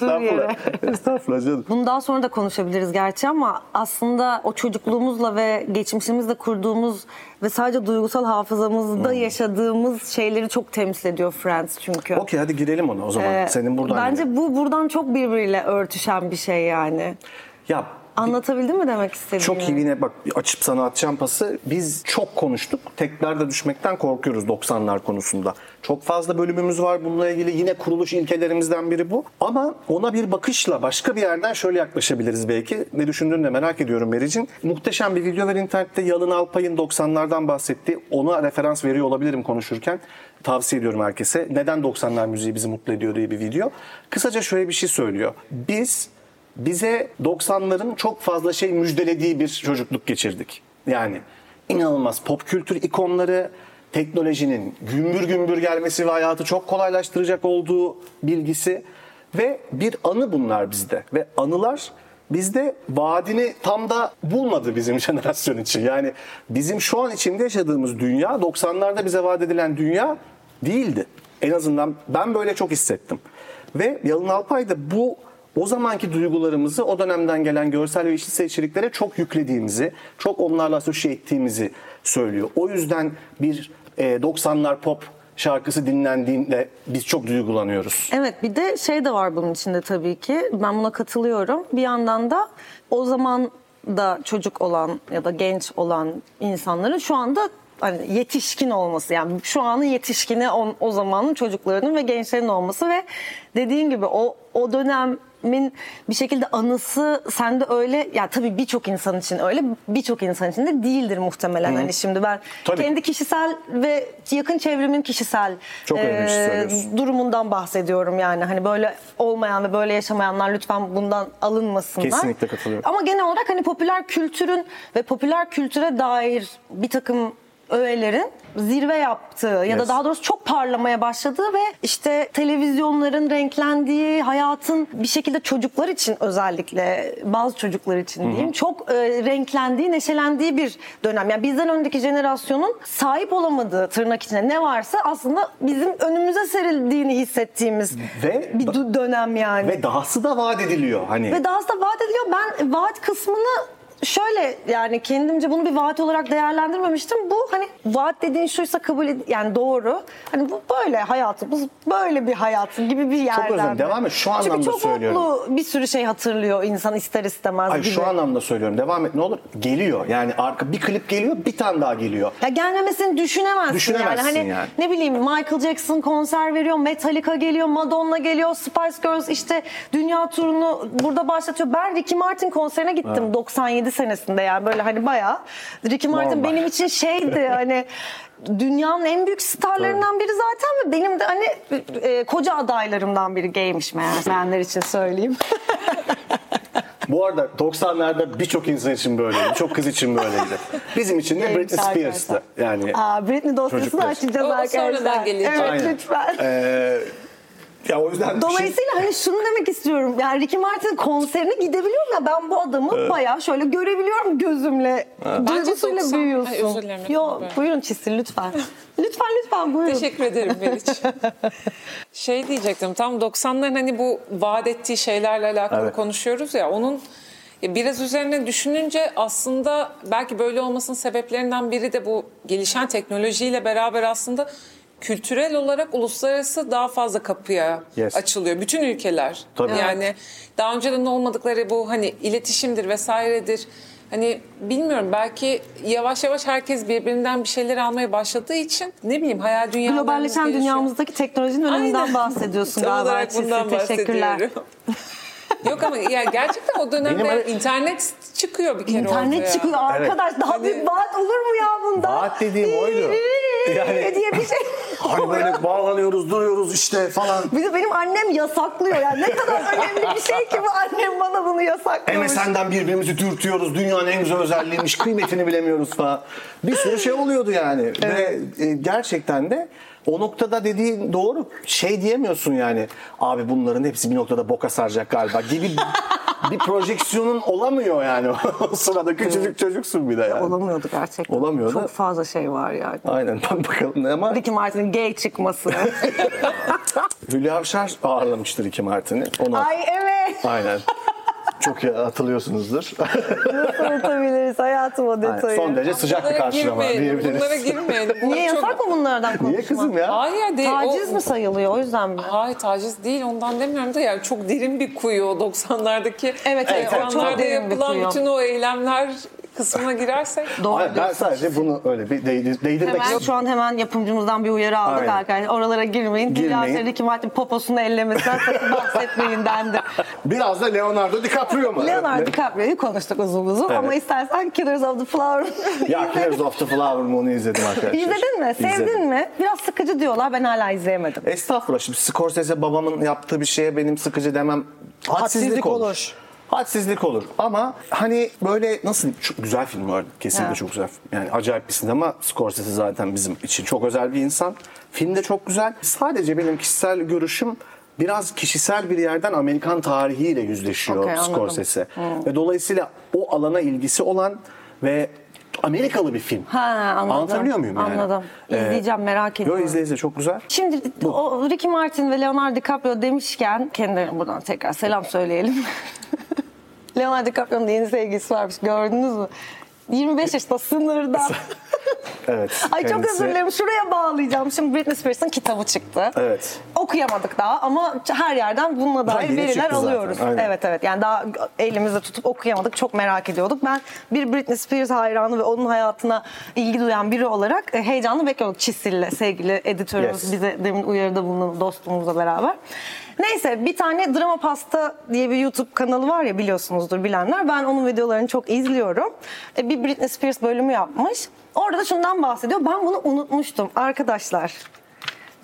[SPEAKER 1] Dur yere.
[SPEAKER 2] Estağfurullah canım.
[SPEAKER 1] Bunu daha sonra da konuşabiliriz gerçi ama aslında o çocukluğumuzla ve geçmişimizle kurduğumuz ve sadece duygusal hafızamızda
[SPEAKER 2] Hmm.
[SPEAKER 1] yaşadığımız şeyleri çok temsil ediyor Friends çünkü.
[SPEAKER 2] Okey hadi girelim ona o zaman.
[SPEAKER 1] Ee,
[SPEAKER 2] Senin buradan
[SPEAKER 1] Bence
[SPEAKER 2] girelim.
[SPEAKER 1] bu buradan çok birbiriyle örtüşen bir şey yani.
[SPEAKER 2] Ya
[SPEAKER 1] Anlatabildim mi demek istediğimi?
[SPEAKER 2] Çok iyi yine bak açıp sana atacağım pası. Biz çok konuştuk. Tekrar da düşmekten korkuyoruz 90'lar konusunda. Çok fazla bölümümüz var bununla ilgili. Yine kuruluş ilkelerimizden biri bu. Ama ona bir bakışla başka bir yerden şöyle yaklaşabiliriz belki. Ne düşündüğünü de merak ediyorum Meriç'in. Muhteşem bir video var internette. Yalın Alpay'ın 90'lardan bahsetti. Ona referans veriyor olabilirim konuşurken. Tavsiye ediyorum herkese. Neden 90'lar müziği bizi mutlu ediyor diye bir video. Kısaca şöyle bir şey söylüyor. Biz bize 90'ların çok fazla şey müjdelediği bir çocukluk geçirdik. Yani inanılmaz pop kültür ikonları, teknolojinin gümbür gümbür gelmesi ve hayatı çok kolaylaştıracak olduğu bilgisi ve bir anı bunlar bizde ve anılar bizde vaadini tam da bulmadı bizim jenerasyon için. Yani bizim şu an içinde yaşadığımız dünya 90'larda bize vaat edilen dünya değildi. En azından ben böyle çok hissettim. Ve Yalın Alpay da bu o zamanki duygularımızı o dönemden gelen görsel ve işitsel içeriklere çok yüklediğimizi, çok onlarla asosye ettiğimizi söylüyor. O yüzden bir e, 90'lar pop şarkısı dinlendiğinde biz çok duygulanıyoruz.
[SPEAKER 1] Evet bir de şey de var bunun içinde tabii ki. Ben buna katılıyorum. Bir yandan da o zaman da çocuk olan ya da genç olan insanların şu anda hani yetişkin olması yani şu anın yetişkini o, o zamanın çocuklarının ve gençlerin olması ve dediğin gibi o o dönemin bir şekilde anısı sende öyle ya tabii birçok insan için öyle birçok insan için de değildir muhtemelen hani şimdi ben
[SPEAKER 2] Tabii.
[SPEAKER 1] kendi kişisel ve yakın çevremin kişisel
[SPEAKER 2] Çok önemli şey söylüyorsun.
[SPEAKER 1] durumundan bahsediyorum yani. Hani böyle olmayan ve böyle yaşamayanlar lütfen bundan alınmasınlar.
[SPEAKER 2] Kesinlikle katılıyorum.
[SPEAKER 1] Ama genel olarak hani popüler kültürün ve popüler kültüre dair bir takım öğelerin zirve yaptığı ya da
[SPEAKER 2] Yes.
[SPEAKER 1] daha doğrusu çok parlamaya başladığı ve işte televizyonların renklendiği hayatın bir şekilde çocuklar için özellikle bazı çocuklar için diyeyim çok e, renklendiği neşelendiği bir dönem. Yani bizden önceki jenerasyonun sahip olamadığı tırnak içinde ne varsa aslında bizim önümüze serildiğini hissettiğimiz
[SPEAKER 2] Ve-
[SPEAKER 1] bir du- dönem yani.
[SPEAKER 2] Ve dahası da vaat ediliyor hani.
[SPEAKER 1] Ve daha da vaat ediliyor. Ben vaat kısmını şöyle yani kendimce bunu bir vaat olarak değerlendirmemiştim. Bu hani vaat dediğin şuysa kabul ed- yani doğru. Hani bu böyle hayatımız böyle bir hayat gibi bir yerden.
[SPEAKER 2] özür dilerim.
[SPEAKER 1] de.
[SPEAKER 2] Devam et. Şu
[SPEAKER 1] Çünkü
[SPEAKER 2] anlamda
[SPEAKER 1] çok
[SPEAKER 2] söylüyorum.
[SPEAKER 1] mutlu bir sürü şey hatırlıyor insan ister istemez
[SPEAKER 2] Ay
[SPEAKER 1] gibi.
[SPEAKER 2] şu anlamda söylüyorum. Devam et ne olur. Geliyor. Yani arka bir klip geliyor, bir tane daha geliyor.
[SPEAKER 1] Ya gelmemesini düşünemezsin,
[SPEAKER 2] Düşünemezsin
[SPEAKER 1] yani. Hani
[SPEAKER 2] yani.
[SPEAKER 1] ne bileyim Michael Jackson konser veriyor, Metallica geliyor, Madonna geliyor, Spice Girls işte dünya turunu burada başlatıyor. Ben Ricky Martin konserine gittim 97 senesinde yani böyle hani bayağı. Ricky Martin
[SPEAKER 2] Normal.
[SPEAKER 1] benim için şeydi hani dünyanın en büyük starlarından biri zaten ve benim de hani e, koca adaylarımdan biri gaymiş meğer beğenler için söyleyeyim.
[SPEAKER 2] Bu arada 90'larda birçok insan için böyleydi. Çok kız için böyleydi. Bizim için de
[SPEAKER 1] Benim
[SPEAKER 2] Britney
[SPEAKER 1] arkadaşlar.
[SPEAKER 2] Spears'tı. Yani
[SPEAKER 1] Aa, Britney dosyasını
[SPEAKER 2] E, Çocuklar.
[SPEAKER 1] açacağız
[SPEAKER 3] O- o
[SPEAKER 1] arkadaşlar.
[SPEAKER 3] sonradan gelecek.
[SPEAKER 1] Evet
[SPEAKER 2] Aynen.
[SPEAKER 1] lütfen.
[SPEAKER 2] Ee, ya o yüzden
[SPEAKER 1] Dolayısıyla hani şunu demek istiyorum. Yani Ricky Martin konserine gidebiliyorum ya ben bu adamı bayağı şöyle görebiliyorum gözümle. Duygusuyla
[SPEAKER 3] Bence 90
[SPEAKER 1] büyüyorsun.
[SPEAKER 3] Ay, özür dilerim.
[SPEAKER 1] Yo, buyurun Çisil lütfen. lütfen lütfen buyurun.
[SPEAKER 3] Teşekkür ederim Meriç. şey diyecektim tam 90'ların hani bu vaat ettiği şeylerle alakalı
[SPEAKER 2] Evet.
[SPEAKER 3] konuşuyoruz ya onun ya biraz üzerine düşününce aslında belki böyle olmasının sebeplerinden biri de bu gelişen teknolojiyle beraber aslında kültürel olarak uluslararası daha fazla kapıya
[SPEAKER 2] Yes.
[SPEAKER 3] açılıyor. Bütün ülkeler.
[SPEAKER 2] Tabii. Evet.
[SPEAKER 3] Yani daha önceden olmadıkları bu hani iletişimdir vesairedir. Hani bilmiyorum belki yavaş yavaş herkes birbirinden bir şeyler almaya başladığı için ne bileyim hayal dünyalarımız
[SPEAKER 1] Globalleşen
[SPEAKER 3] gelişiyor.
[SPEAKER 1] dünyamızdaki teknolojinin öneminden
[SPEAKER 3] Aynen.
[SPEAKER 1] bahsediyorsun
[SPEAKER 3] Tam
[SPEAKER 1] galiba
[SPEAKER 3] olarak bundan
[SPEAKER 1] Çisil. Teşekkürler.
[SPEAKER 3] bahsediyorum. Yok ama ya gerçekten o dönemde
[SPEAKER 2] Benim ara-
[SPEAKER 3] internet çıkıyor bir kere ortaya.
[SPEAKER 1] İnternet çıkıyor arkadaş. Daha büyük vaat olur mu ya bundan?
[SPEAKER 2] Vaat dediğim oydu.
[SPEAKER 1] Yani...
[SPEAKER 2] Yani-
[SPEAKER 1] diye bir şey.
[SPEAKER 2] Hani böyle bağlanıyoruz, duruyoruz işte falan.
[SPEAKER 1] Bir de benim annem yasaklıyor ya. Ne kadar önemli bir şey ki bu annem bana bunu yasaklıyormuş.
[SPEAKER 2] MSN'den birbirimizi dürtüyoruz. Dünyanın en güzel özelliğiymiş. Kıymetini bilemiyoruz falan. Bir sürü şey oluyordu yani. Ve e, gerçekten de o noktada dediğin doğru şey diyemiyorsun yani. Abi bunların hepsi bir noktada boka saracak galiba gibi bir projeksiyonun olamıyor yani. o sırada küçücük çocuksun bir de yani.
[SPEAKER 1] Olamıyordu gerçekten.
[SPEAKER 2] Olamıyordu.
[SPEAKER 1] Çok fazla şey var yani.
[SPEAKER 2] Aynen bak bakalım ama
[SPEAKER 1] Ricky Martin'in gay çıkması.
[SPEAKER 2] Hülya Avşar ağırlamıştır iki Martin'i. Onu
[SPEAKER 1] Ay evet.
[SPEAKER 2] aynen. Çok iyi hatırlıyorsunuzdur.
[SPEAKER 1] Nasıl unutabiliriz hayatım o
[SPEAKER 2] Aynen.
[SPEAKER 1] detayı.
[SPEAKER 2] Son derece sıcak bir
[SPEAKER 3] Bunlara
[SPEAKER 2] karşılama
[SPEAKER 3] girmeyelim, Bunlara
[SPEAKER 2] diyebiliriz.
[SPEAKER 3] girmeyelim. Bunlar
[SPEAKER 1] Niye
[SPEAKER 3] çok-
[SPEAKER 1] yasak mı bunlardan konuşmak?
[SPEAKER 2] Niye kızım ya?
[SPEAKER 3] Hayır değil.
[SPEAKER 1] Taciz
[SPEAKER 3] o...
[SPEAKER 1] mi sayılıyor o yüzden mi?
[SPEAKER 3] Hayır taciz değil ondan demiyorum da yani çok derin bir kuyu o 90'lardaki.
[SPEAKER 1] Evet, evet,
[SPEAKER 3] o
[SPEAKER 1] evet, çok
[SPEAKER 3] anlarda
[SPEAKER 1] derin bir
[SPEAKER 3] yapılan
[SPEAKER 1] kuyu.
[SPEAKER 3] bütün o eylemler kısmına girersek.
[SPEAKER 1] Doğru
[SPEAKER 2] Hayır, ben
[SPEAKER 1] diyorsun.
[SPEAKER 2] sadece bunu öyle bir değdir- değdirmek
[SPEAKER 1] Hemen
[SPEAKER 2] istiyorum.
[SPEAKER 1] şu an hemen yapımcımızdan bir uyarı aldık
[SPEAKER 2] Aynen.
[SPEAKER 1] arkadaşlar. Oralara girmeyin.
[SPEAKER 2] Girmeyin.
[SPEAKER 1] Girmeyin. Ricky Martin poposunu ellemesinden sakın bahsetmeyin dendi.
[SPEAKER 2] Biraz da Leonardo DiCaprio mu?
[SPEAKER 1] Leonardo DiCaprio'yu konuştuk uzun uzun ama
[SPEAKER 2] Evet.
[SPEAKER 1] istersen Killers of the Flower
[SPEAKER 2] Ya Killers of the Flower Moon'u izledim arkadaşlar.
[SPEAKER 1] İzledin mi? Sevdin
[SPEAKER 2] İzledim.
[SPEAKER 1] mi? Biraz sıkıcı diyorlar. Ben hala izleyemedim.
[SPEAKER 2] Estağfurullah şimdi Scorsese babamın yaptığı bir şeye benim sıkıcı demem hadsizlik,
[SPEAKER 1] Hadsizlik
[SPEAKER 2] olur.
[SPEAKER 1] olur.
[SPEAKER 2] Hadsizlik olur ama hani böyle nasıl çok güzel film vardı kesinlikle
[SPEAKER 1] Ha.
[SPEAKER 2] çok güzel film. yani acayip bir sinema Scorsese zaten bizim için çok özel bir insan film de çok güzel sadece benim kişisel görüşüm biraz kişisel bir yerden Amerikan tarihiyle yüzleşiyor
[SPEAKER 1] Okey, anladım.
[SPEAKER 2] Scorsese ve dolayısıyla o alana ilgisi olan ve Amerikalı bir film.
[SPEAKER 1] Ha anladım.
[SPEAKER 2] Anlatabiliyor muyum yani?
[SPEAKER 1] Anladım.
[SPEAKER 2] Ee,
[SPEAKER 1] İzleyeceğim merak ediyorum.
[SPEAKER 2] Yo izle izle çok güzel.
[SPEAKER 1] Şimdi o Ricky Martin ve Leonardo DiCaprio demişken kendilerine buradan tekrar selam söyleyelim. Leonardo DiCaprio'nun yeni sevgilisi varmış gördünüz mü? 25 yaşında sınırda.
[SPEAKER 2] Evet.
[SPEAKER 1] Ay çok
[SPEAKER 2] kendisi-
[SPEAKER 1] özür dilerim şuraya bağlayacağım. Şimdi Britney Spears'ın kitabı çıktı.
[SPEAKER 2] Evet.
[SPEAKER 1] Okuyamadık daha ama her yerden bununla dair
[SPEAKER 2] yeni
[SPEAKER 1] veriler
[SPEAKER 2] çıktı zaten,
[SPEAKER 1] alıyoruz.
[SPEAKER 2] aynen.
[SPEAKER 1] Evet evet yani daha elimizde tutup okuyamadık çok merak ediyorduk. Ben bir Britney Spears hayranı ve onun hayatına ilgi duyan biri olarak e, heyecanla bekliyorduk Çisil'le sevgili editörümüz
[SPEAKER 2] Yes.
[SPEAKER 1] bize demin uyarıda bulunan dostumuzla beraber. Neyse bir tane Drama Pasta diye bir YouTube kanalı var ya biliyorsunuzdur bilenler. Ben onun videolarını çok izliyorum. E, Bir Britney Spears bölümü yapmış. Orada da şundan bahsediyor. Ben bunu unutmuştum arkadaşlar.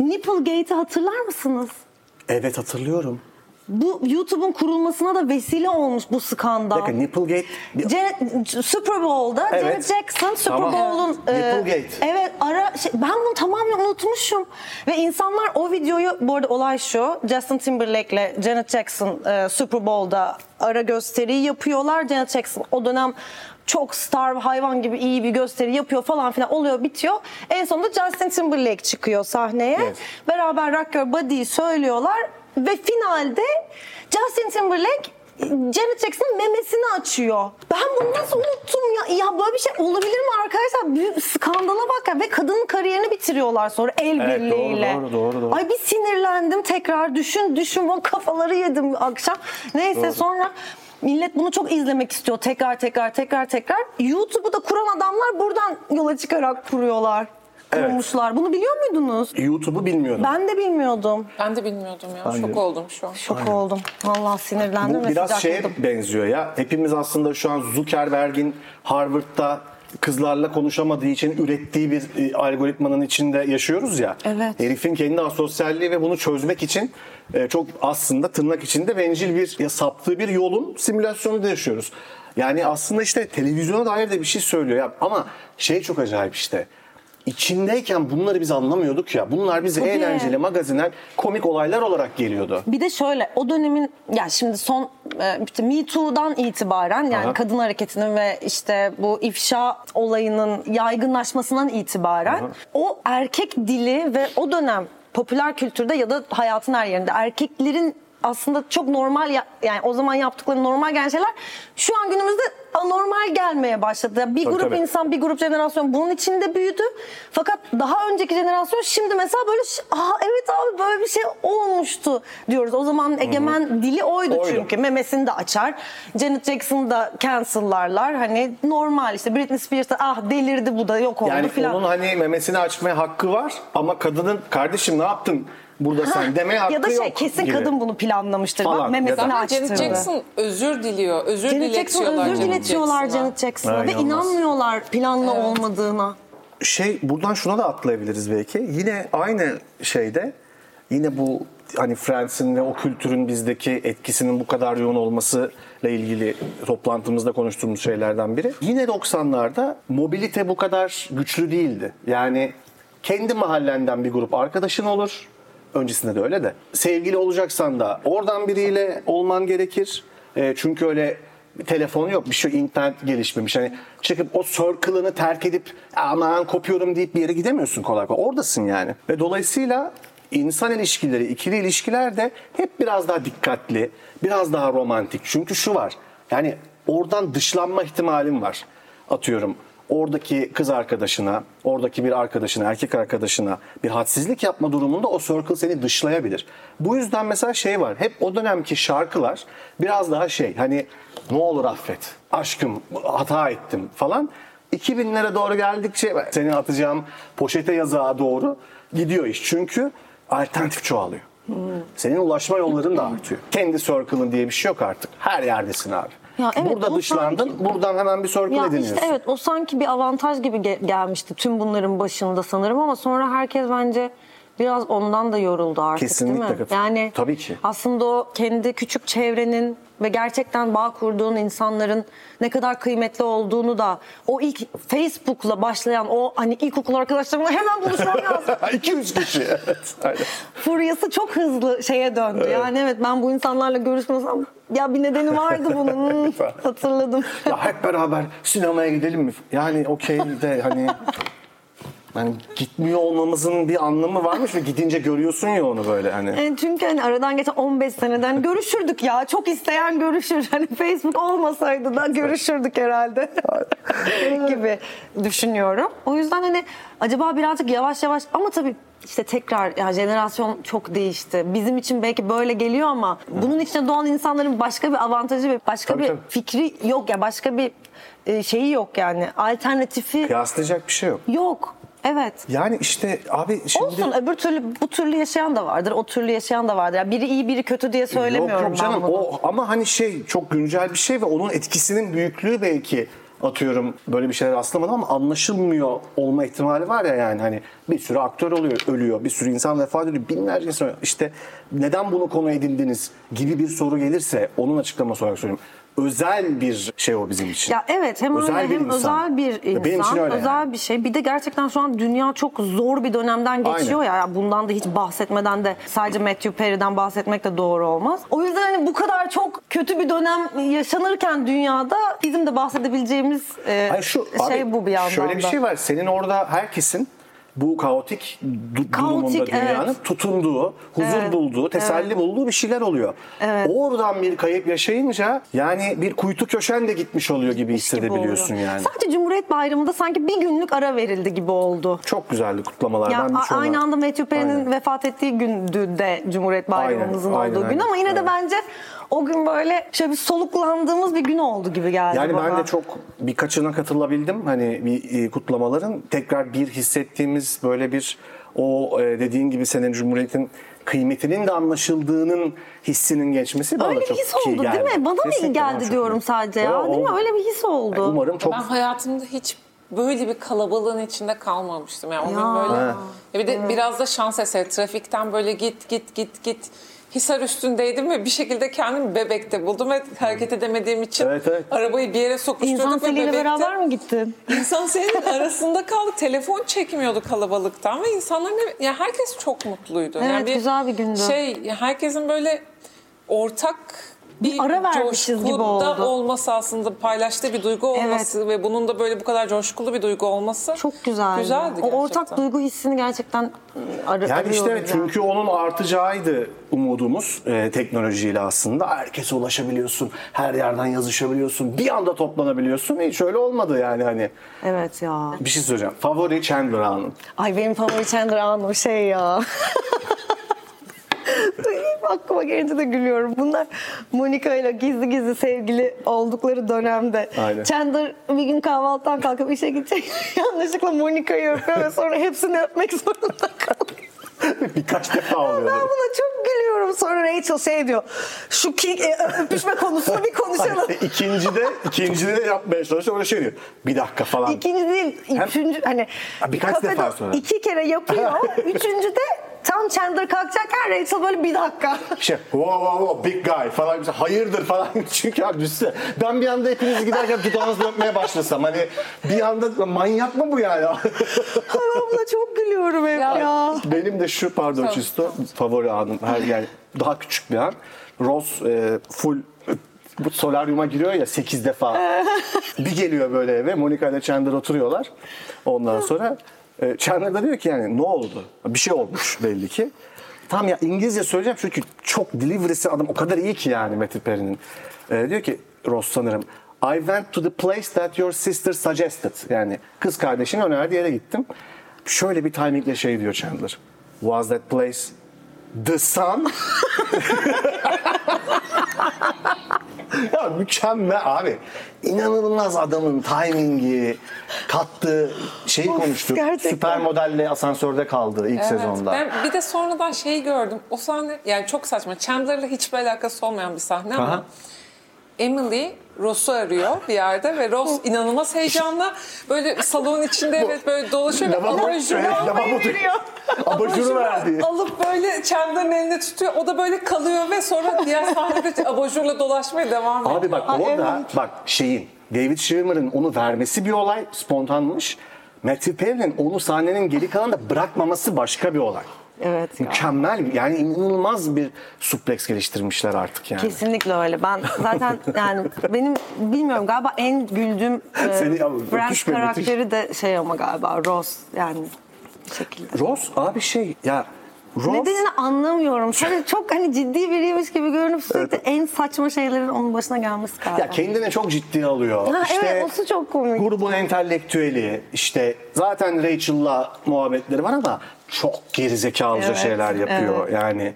[SPEAKER 1] Nipplegate'i hatırlar mısınız?
[SPEAKER 2] Evet hatırlıyorum.
[SPEAKER 1] Bu YouTube'un kurulmasına da vesile olmuş bu skandal.
[SPEAKER 2] Bakın Nipplegate bir
[SPEAKER 1] Janet- Super Bowl'da
[SPEAKER 2] Evet.
[SPEAKER 1] Janet Jackson Super
[SPEAKER 2] Tamam.
[SPEAKER 1] Bowl'un e,
[SPEAKER 2] Nipplegate.
[SPEAKER 1] evet ara şey, ben bunu tamamen unutmuşum ve insanlar o videoyu bu arada olay şu Justin Timberlake'le Janet Jackson e, Super Bowl'da ara gösteriyi yapıyorlar Janet Jackson o dönem çok star hayvan gibi iyi bir gösteri yapıyor falan filan oluyor bitiyor. En sonunda Justin Timberlake çıkıyor sahneye.
[SPEAKER 2] Evet.
[SPEAKER 1] Beraber Rock Your Body'yi söylüyorlar ve finalde Justin Timberlake Janet Jackson'ın memesini açıyor. Ben bunu nasıl unuttum ya? Ya böyle bir şey olabilir mi arkadaşlar? Büyük skandala bak ya. Ve kadının kariyerini bitiriyorlar sonra el
[SPEAKER 2] Evet, doğru,
[SPEAKER 1] birliğiyle.
[SPEAKER 2] doğru, doğru, doğru.
[SPEAKER 1] Ay bir sinirlendim tekrar düşün düşün. O kafaları yedim akşam. Neyse sonra millet bunu çok izlemek istiyor. Tekrar tekrar tekrar tekrar. YouTube'u da kuran adamlar buradan yola çıkarak kuruyorlar.
[SPEAKER 2] Evet.
[SPEAKER 1] Kurmuşlar. Bunu biliyor muydunuz?
[SPEAKER 2] YouTube'u bilmiyordum.
[SPEAKER 1] Ben de bilmiyordum.
[SPEAKER 3] Ben de bilmiyordum ya.
[SPEAKER 2] Ben de-
[SPEAKER 3] Şok oldum şu an.
[SPEAKER 1] Şok oldum. Vallahi sinirlendim
[SPEAKER 2] Bu
[SPEAKER 1] ve
[SPEAKER 2] biraz şey-
[SPEAKER 1] sıcak
[SPEAKER 2] şeye
[SPEAKER 1] oldum.
[SPEAKER 2] benziyor ya. Hepimiz aslında şu an Zuckerberg'in Harvard'da kızlarla konuşamadığı için ürettiği bir e, algoritmanın içinde yaşıyoruz ya.
[SPEAKER 1] Evet.
[SPEAKER 2] Herifin kendi asosyalliği ve bunu çözmek için e, çok aslında tırnak içinde bencil bir ya, saptığı bir yolun simülasyonu da yaşıyoruz. Yani aslında işte televizyona dair de bir şey söylüyor ya. Ama şey çok acayip işte. İçindeyken bunları biz anlamıyorduk ya. Bunlar bize
[SPEAKER 1] Tabii.
[SPEAKER 2] eğlenceli, magazinel, komik olaylar olarak geliyordu.
[SPEAKER 1] Bir de şöyle o dönemin ya şimdi son e, işte Me Too'dan itibaren yani
[SPEAKER 2] Aha.
[SPEAKER 1] kadın hareketinin ve işte bu ifşa olayının yaygınlaşmasından itibaren o erkek dili ve o dönem popüler kültürde ya da hayatın her yerinde erkeklerin aslında çok normal ya- yani o zaman yaptıkları normal gelen şeyler şu an günümüzde anormal gelmeye başladı. Yani Bir
[SPEAKER 2] Tabii,
[SPEAKER 1] grup
[SPEAKER 2] tabii.
[SPEAKER 1] insan, bir grup jenerasyon bunun içinde büyüdü. Fakat daha önceki jenerasyon şimdi mesela böyle ş- aa evet abi böyle bir şey olmuştu diyoruz. O zaman egemen dili oydu,
[SPEAKER 2] Oydu.
[SPEAKER 1] çünkü. Memesini de açar. Janet Jackson'ı da cancel'larlar. Hani normal işte Britney Spears da ah delirdi bu da yok oldu
[SPEAKER 2] Yani
[SPEAKER 1] filan.
[SPEAKER 2] onun hani memesini açmaya hakkı var ama kadının kardeşim ne yaptın burada sen demeye hakkı
[SPEAKER 1] ya da şey
[SPEAKER 2] yok
[SPEAKER 1] kesin
[SPEAKER 2] gibi.
[SPEAKER 1] kadın bunu planlamıştır.
[SPEAKER 2] Falan.
[SPEAKER 1] Bak
[SPEAKER 2] Ya
[SPEAKER 1] memesini
[SPEAKER 2] da-
[SPEAKER 3] Zaten
[SPEAKER 1] açtırdı.
[SPEAKER 3] Janet Jackson özür diliyor. Özür
[SPEAKER 1] Janet Jackson
[SPEAKER 3] diletiyorlar.
[SPEAKER 1] özür diletiyorlar
[SPEAKER 3] Jackson'a.
[SPEAKER 1] Janet Jackson'a
[SPEAKER 2] Ha,
[SPEAKER 1] ve
[SPEAKER 2] inanılmaz.
[SPEAKER 1] inanmıyorlar planlı olmadığına.
[SPEAKER 2] Şey buradan şuna da atlayabiliriz belki. Yine aynı şeyde yine bu hani Friends'in ve o kültürün bizdeki etkisinin bu kadar yoğun olmasıyla ilgili toplantımızda konuştuğumuz şeylerden biri. Yine 90'larda mobilite bu kadar güçlü değildi. Yani kendi mahallenden bir grup arkadaşın olur. Öncesinde de öyle de. Sevgili olacaksan da oradan biriyle olman gerekir. E, çünkü öyle bir telefon yok, bir şey internet gelişmemiş. Hani çıkıp o circle'ını terk edip aman kopuyorum deyip bir yere gidemiyorsun kolay kolay. Oradasın yani. Ve dolayısıyla insan ilişkileri, ikili ilişkiler de hep biraz daha dikkatli, biraz daha romantik. Çünkü şu var. Yani oradan dışlanma ihtimalim var. Atıyorum oradaki kız arkadaşına, oradaki bir arkadaşına, erkek arkadaşına bir hadsizlik yapma durumunda o circle seni dışlayabilir. Bu yüzden mesela şey var. Hep o dönemki şarkılar biraz daha şey hani ne olur affet, aşkım hata ettim falan. 2000'lere doğru geldikçe seni atacağım poşete yazığa doğru gidiyor iş. Çünkü alternatif çoğalıyor. Senin ulaşma yolların da artıyor. Kendi circle'ın diye bir şey yok artık. Her yerdesin abi.
[SPEAKER 1] Ya evet,
[SPEAKER 2] Burada
[SPEAKER 1] o
[SPEAKER 2] dışlandın, buradan hemen bir circle
[SPEAKER 1] Ya
[SPEAKER 2] ediniyorsun.
[SPEAKER 1] işte evet o sanki bir avantaj gibi ge- gelmişti tüm bunların başında sanırım ama sonra herkes bence biraz ondan da yoruldu artık
[SPEAKER 2] Kesinlikle
[SPEAKER 1] değil mi?
[SPEAKER 2] katılıyorum.
[SPEAKER 1] Yani
[SPEAKER 2] Tabii ki.
[SPEAKER 1] aslında o kendi küçük çevrenin ve gerçekten bağ kurduğun insanların ne kadar kıymetli olduğunu da o ilk Facebook'la başlayan o hani ilkokul arkadaşlarımla hemen buluşmam lazım.
[SPEAKER 2] 200 kişi. Evet, aynen.
[SPEAKER 1] Furyası çok hızlı şeye döndü. Yani evet ben bu insanlarla görüşmesem ya bir nedeni vardı bunun. Hmm, Hatırladım.
[SPEAKER 2] Ya hep beraber sinemaya gidelim mi? Yani okey de hani yani gitmiyor olmamızın bir anlamı varmış ve gidince görüyorsun ya onu böyle hani.
[SPEAKER 1] E, Çünkü hani aradan geçen 15 seneden görüşürdük ya. Çok isteyen görüşür. Hani Facebook olmasaydı da görüşürdük herhalde. gibi düşünüyorum. O yüzden hani acaba birazcık yavaş yavaş ama tabii işte tekrar ya jenerasyon çok değişti. Bizim için belki böyle geliyor ama bunun içine doğan insanların başka bir avantajı ve başka
[SPEAKER 2] Tabii,
[SPEAKER 1] bir
[SPEAKER 2] tabii.
[SPEAKER 1] fikri yok ya başka bir e, şeyi yok yani. Alternatifi
[SPEAKER 2] Kıyaslayacak bir şey yok.
[SPEAKER 1] yok. Evet.
[SPEAKER 2] Yani işte abi şimdi
[SPEAKER 1] Olsun öbür türlü bu türlü yaşayan da vardır. O türlü yaşayan da vardır. Yani biri iyi biri kötü diye söylemiyorum
[SPEAKER 2] E, Yok yok canım
[SPEAKER 1] ben bunu.
[SPEAKER 2] o ama hani şey çok güncel bir şey ve onun etkisinin büyüklüğü belki atıyorum böyle bir şeyler rastlamadım ama anlaşılmıyor olma ihtimali var ya yani hani bir sürü aktör oluyor ölüyor bir sürü insan vefat ediyor binlerce insan ölüyor. işte neden bunu konu edindiniz gibi bir soru gelirse onun açıklaması olarak söylüyorum özel bir şey o bizim için.
[SPEAKER 1] Ya evet hem
[SPEAKER 2] Özel
[SPEAKER 1] öyle
[SPEAKER 2] bir
[SPEAKER 1] hem
[SPEAKER 2] insan. E,
[SPEAKER 1] özel bir
[SPEAKER 2] Benim
[SPEAKER 1] insan.
[SPEAKER 2] için öyle
[SPEAKER 1] özel
[SPEAKER 2] yani.
[SPEAKER 1] bir şey. Bir de gerçekten şu an dünya çok zor bir dönemden geçiyor
[SPEAKER 2] Aynen.
[SPEAKER 1] ya. Ya Bundan da hiç bahsetmeden de sadece Matthew Perry'den bahsetmek de doğru olmaz. O yüzden hani bu kadar çok kötü bir dönem yaşanırken dünyada bizim de bahsedebileceğimiz e,
[SPEAKER 2] Hayır şu
[SPEAKER 1] şey
[SPEAKER 2] abi,
[SPEAKER 1] bu bir yandan
[SPEAKER 2] Şöyle bir
[SPEAKER 1] da.
[SPEAKER 2] şey var. Senin orada herkesin bu kaotik du-
[SPEAKER 1] Kaotik,
[SPEAKER 2] durumunda dünyanın
[SPEAKER 1] evet.
[SPEAKER 2] tutunduğu, huzur
[SPEAKER 1] Evet,
[SPEAKER 2] bulduğu, teselli bulduğu bir şeyler oluyor. Oradan bir kayıp yaşayınca yani bir kuytu köşen de gitmiş oluyor gibi
[SPEAKER 1] gibi
[SPEAKER 2] hissedebiliyorsun
[SPEAKER 1] oluyor.
[SPEAKER 2] yani.
[SPEAKER 1] Sadece Cumhuriyet Bayramı'nda sanki bir günlük ara verildi gibi oldu.
[SPEAKER 2] Çok güzeldi
[SPEAKER 1] Ya
[SPEAKER 2] kutlamalardan
[SPEAKER 1] a-
[SPEAKER 2] birçoğuna.
[SPEAKER 1] aynı anda Matthew Perry'nin
[SPEAKER 2] Aynen.
[SPEAKER 1] vefat ettiği gündü de Cumhuriyet Bayramımızın
[SPEAKER 2] Aynen, aynen,
[SPEAKER 1] olduğu gün
[SPEAKER 2] aynen.
[SPEAKER 1] ama yine de
[SPEAKER 2] Evet.
[SPEAKER 1] bence o gün böyle şöyle bir soluklandığımız bir gün oldu gibi geldi
[SPEAKER 2] Yani
[SPEAKER 1] bana.
[SPEAKER 2] ben de çok birkaçına katılabildim hani bir e, kutlamaların tekrar bir hissettiğimiz böyle bir o e, dediğin gibi senin cumhuriyetin kıymetinin de anlaşıldığının hissinin geçmesi bana
[SPEAKER 1] Öyle
[SPEAKER 2] da
[SPEAKER 1] bir
[SPEAKER 2] çok
[SPEAKER 1] his
[SPEAKER 2] iyi
[SPEAKER 1] oldu
[SPEAKER 2] geldi.
[SPEAKER 1] değil mi? Bana da iyi
[SPEAKER 2] Kesinlikle bana
[SPEAKER 1] geldi
[SPEAKER 2] çok
[SPEAKER 1] diyorum
[SPEAKER 2] iyi.
[SPEAKER 1] sadece ya,
[SPEAKER 2] Bana
[SPEAKER 1] değil mi?
[SPEAKER 2] oldu.
[SPEAKER 1] Öyle bir his oldu.
[SPEAKER 2] Yani umarım çok
[SPEAKER 3] Ben hayatımda hiç böyle bir kalabalığın içinde kalmamıştım. Yani
[SPEAKER 1] Ya.
[SPEAKER 3] onun böyle
[SPEAKER 2] Ha.
[SPEAKER 3] Ya bir de biraz da şans eseri. Trafikten böyle git git git git. Hisar üstündeydim ve bir şekilde kendimi bebekte buldum ve hareket edemediğim için
[SPEAKER 2] Evet, evet.
[SPEAKER 3] arabayı bir yere sokuşturduk
[SPEAKER 1] İnsan
[SPEAKER 3] ve
[SPEAKER 1] seliyle
[SPEAKER 3] bebekte-
[SPEAKER 1] beraber mi gittin?
[SPEAKER 3] İnsan senin arasında kaldık. Telefon çekmiyordu kalabalıktan ve insanların ya herkes çok mutluydu.
[SPEAKER 1] Evet, güzel bir gündü.
[SPEAKER 3] Şey herkesin böyle ortak bir,
[SPEAKER 1] ara vermişiz
[SPEAKER 3] coşkuda
[SPEAKER 1] gibi oldu.
[SPEAKER 3] olması aslında paylaştığı bir duygu olması ve bunun da böyle bu kadar coşkulu bir duygu olması
[SPEAKER 1] Çok güzeldi.
[SPEAKER 3] Güzeldi
[SPEAKER 1] o
[SPEAKER 3] gerçekten.
[SPEAKER 1] ortak duygu hissini gerçekten ar-
[SPEAKER 2] Yani işte
[SPEAKER 1] arıyoruz yani.
[SPEAKER 2] çünkü onun artacağıydı umudumuz e, teknolojiyle aslında. Herkese ulaşabiliyorsun, her yerden yazışabiliyorsun, bir anda toplanabiliyorsun. Hiç öyle olmadı yani hani.
[SPEAKER 1] Evet ya.
[SPEAKER 2] Bir şey söyleyeceğim. Favori Chandler Hanım.
[SPEAKER 1] Ay benim favori Chandler Anur şey ya. Aklıma gelince de gülüyorum. Bunlar Monika ile gizli gizli sevgili oldukları dönemde.
[SPEAKER 2] Aynen.
[SPEAKER 1] Chandler bir gün kahvaltıdan kalkıp işe gidecek. Yanlışlıkla Monika'yı öpüyor ve sonra hepsini öpmek zorunda kalıyor.
[SPEAKER 2] Birkaç defa
[SPEAKER 1] Ben
[SPEAKER 2] oluyordu.
[SPEAKER 1] buna çok gülüyorum. Sonra Rachel şey diyor. Şu ki, e, öpüşme konusunu bir
[SPEAKER 2] Hani
[SPEAKER 1] konuşalım.
[SPEAKER 2] ikinci de, ikinci e, de yapmaya çalışıyor. Öyle şey diyor. Bir dakika falan.
[SPEAKER 1] İkinci değil,
[SPEAKER 2] Hem-
[SPEAKER 1] üçüncü hani
[SPEAKER 2] Ha, birkaç
[SPEAKER 1] kafede
[SPEAKER 2] defa sonra.
[SPEAKER 1] iki kere yapıyor. üçüncü de tam Chandler kalkacakken Rachel böyle bir dakika.
[SPEAKER 2] şey wow wow wow big guy falan bize hayırdır falan çünkü abi düşse ben bir anda hepiniz giderken dudağınızı öpmeye başlasam hani bir anda manyak mı bu yani?
[SPEAKER 1] Ay ben buna çok gülüyorum hep ya.
[SPEAKER 3] Ya.
[SPEAKER 2] Benim de şu pardon Çisto favori anım her yani daha küçük bir an Rose e, full bu solaryuma giriyor ya 8 defa. bir geliyor böyle eve. Monika ile Chandler oturuyorlar. Ondan sonra e, Chandler da diyor ki yani ne oldu? Bir şey olmuş belli ki. Tam ya İngilizce söyleyeceğim çünkü çok delivery'si adam o kadar iyi ki yani Matthew Perry'nin. E, diyor ki Ross sanırım I went to the place that your sister suggested. Yani kız kardeşinin önerdiği yere gittim. Şöyle bir timingle şey diyor Chandler. Was that place the sun? Ya mükemmel abi. İnanılmaz adamın timingi, kattığı şeyi
[SPEAKER 1] Of,
[SPEAKER 2] konuştuk.
[SPEAKER 1] gerçekten.
[SPEAKER 2] Süper modelle asansörde kaldı ilk
[SPEAKER 3] Evet.
[SPEAKER 2] sezonda.
[SPEAKER 3] Ben bir de sonradan şeyi gördüm. O sahne yani çok saçma. Chandler'la hiçbir alakası olmayan bir sahne ama
[SPEAKER 2] Aha.
[SPEAKER 3] Emily Ross'u arıyor bir yerde ve Ross inanılmaz heyecanla böyle salonun içinde evet böyle dolaşıyor ve
[SPEAKER 2] Lavabo-
[SPEAKER 3] abajuru
[SPEAKER 2] evet,
[SPEAKER 3] almayı
[SPEAKER 2] lavabo-
[SPEAKER 3] veriyor.
[SPEAKER 2] Abajuru verdi.
[SPEAKER 3] alıp böyle çemberin elini tutuyor. O da böyle kalıyor ve sonra diğer sahnede abajurla dolaşmaya devam ediyor.
[SPEAKER 2] Abi bak
[SPEAKER 1] Ha,
[SPEAKER 2] orada
[SPEAKER 1] evet.
[SPEAKER 2] bak şeyin David Schwimmer'ın onu vermesi bir olay spontanmış. Matthew Perry'nin onu sahnenin geri kalanında bırakmaması başka bir olay.
[SPEAKER 1] Evet ya.
[SPEAKER 2] Mükemmel yani inanılmaz bir suplex geliştirmişler artık yani.
[SPEAKER 1] Kesinlikle öyle. Ben zaten yani benim bilmiyorum galiba en güldüğüm e,
[SPEAKER 2] Seni ya,
[SPEAKER 1] Brent
[SPEAKER 2] öpüşme, müthiş.
[SPEAKER 1] karakteri de şey ama galiba Ross yani bir şekilde.
[SPEAKER 2] Ross abi şey ya Ross
[SPEAKER 1] Nedenini anlamıyorum. Sadece çok hani ciddi biriymiş gibi görünüp sürekli en saçma şeylerin onun başına gelmesi galiba.
[SPEAKER 2] ya kendini çok ciddiye alıyor.
[SPEAKER 1] Ha,
[SPEAKER 2] işte,
[SPEAKER 1] evet, osu çok komik.
[SPEAKER 2] Grubun entelektüeli işte zaten Rachel'la muhabbetleri var ama çok gerizekalıca
[SPEAKER 1] Evet,
[SPEAKER 2] şeyler yapıyor
[SPEAKER 1] evet.
[SPEAKER 2] yani.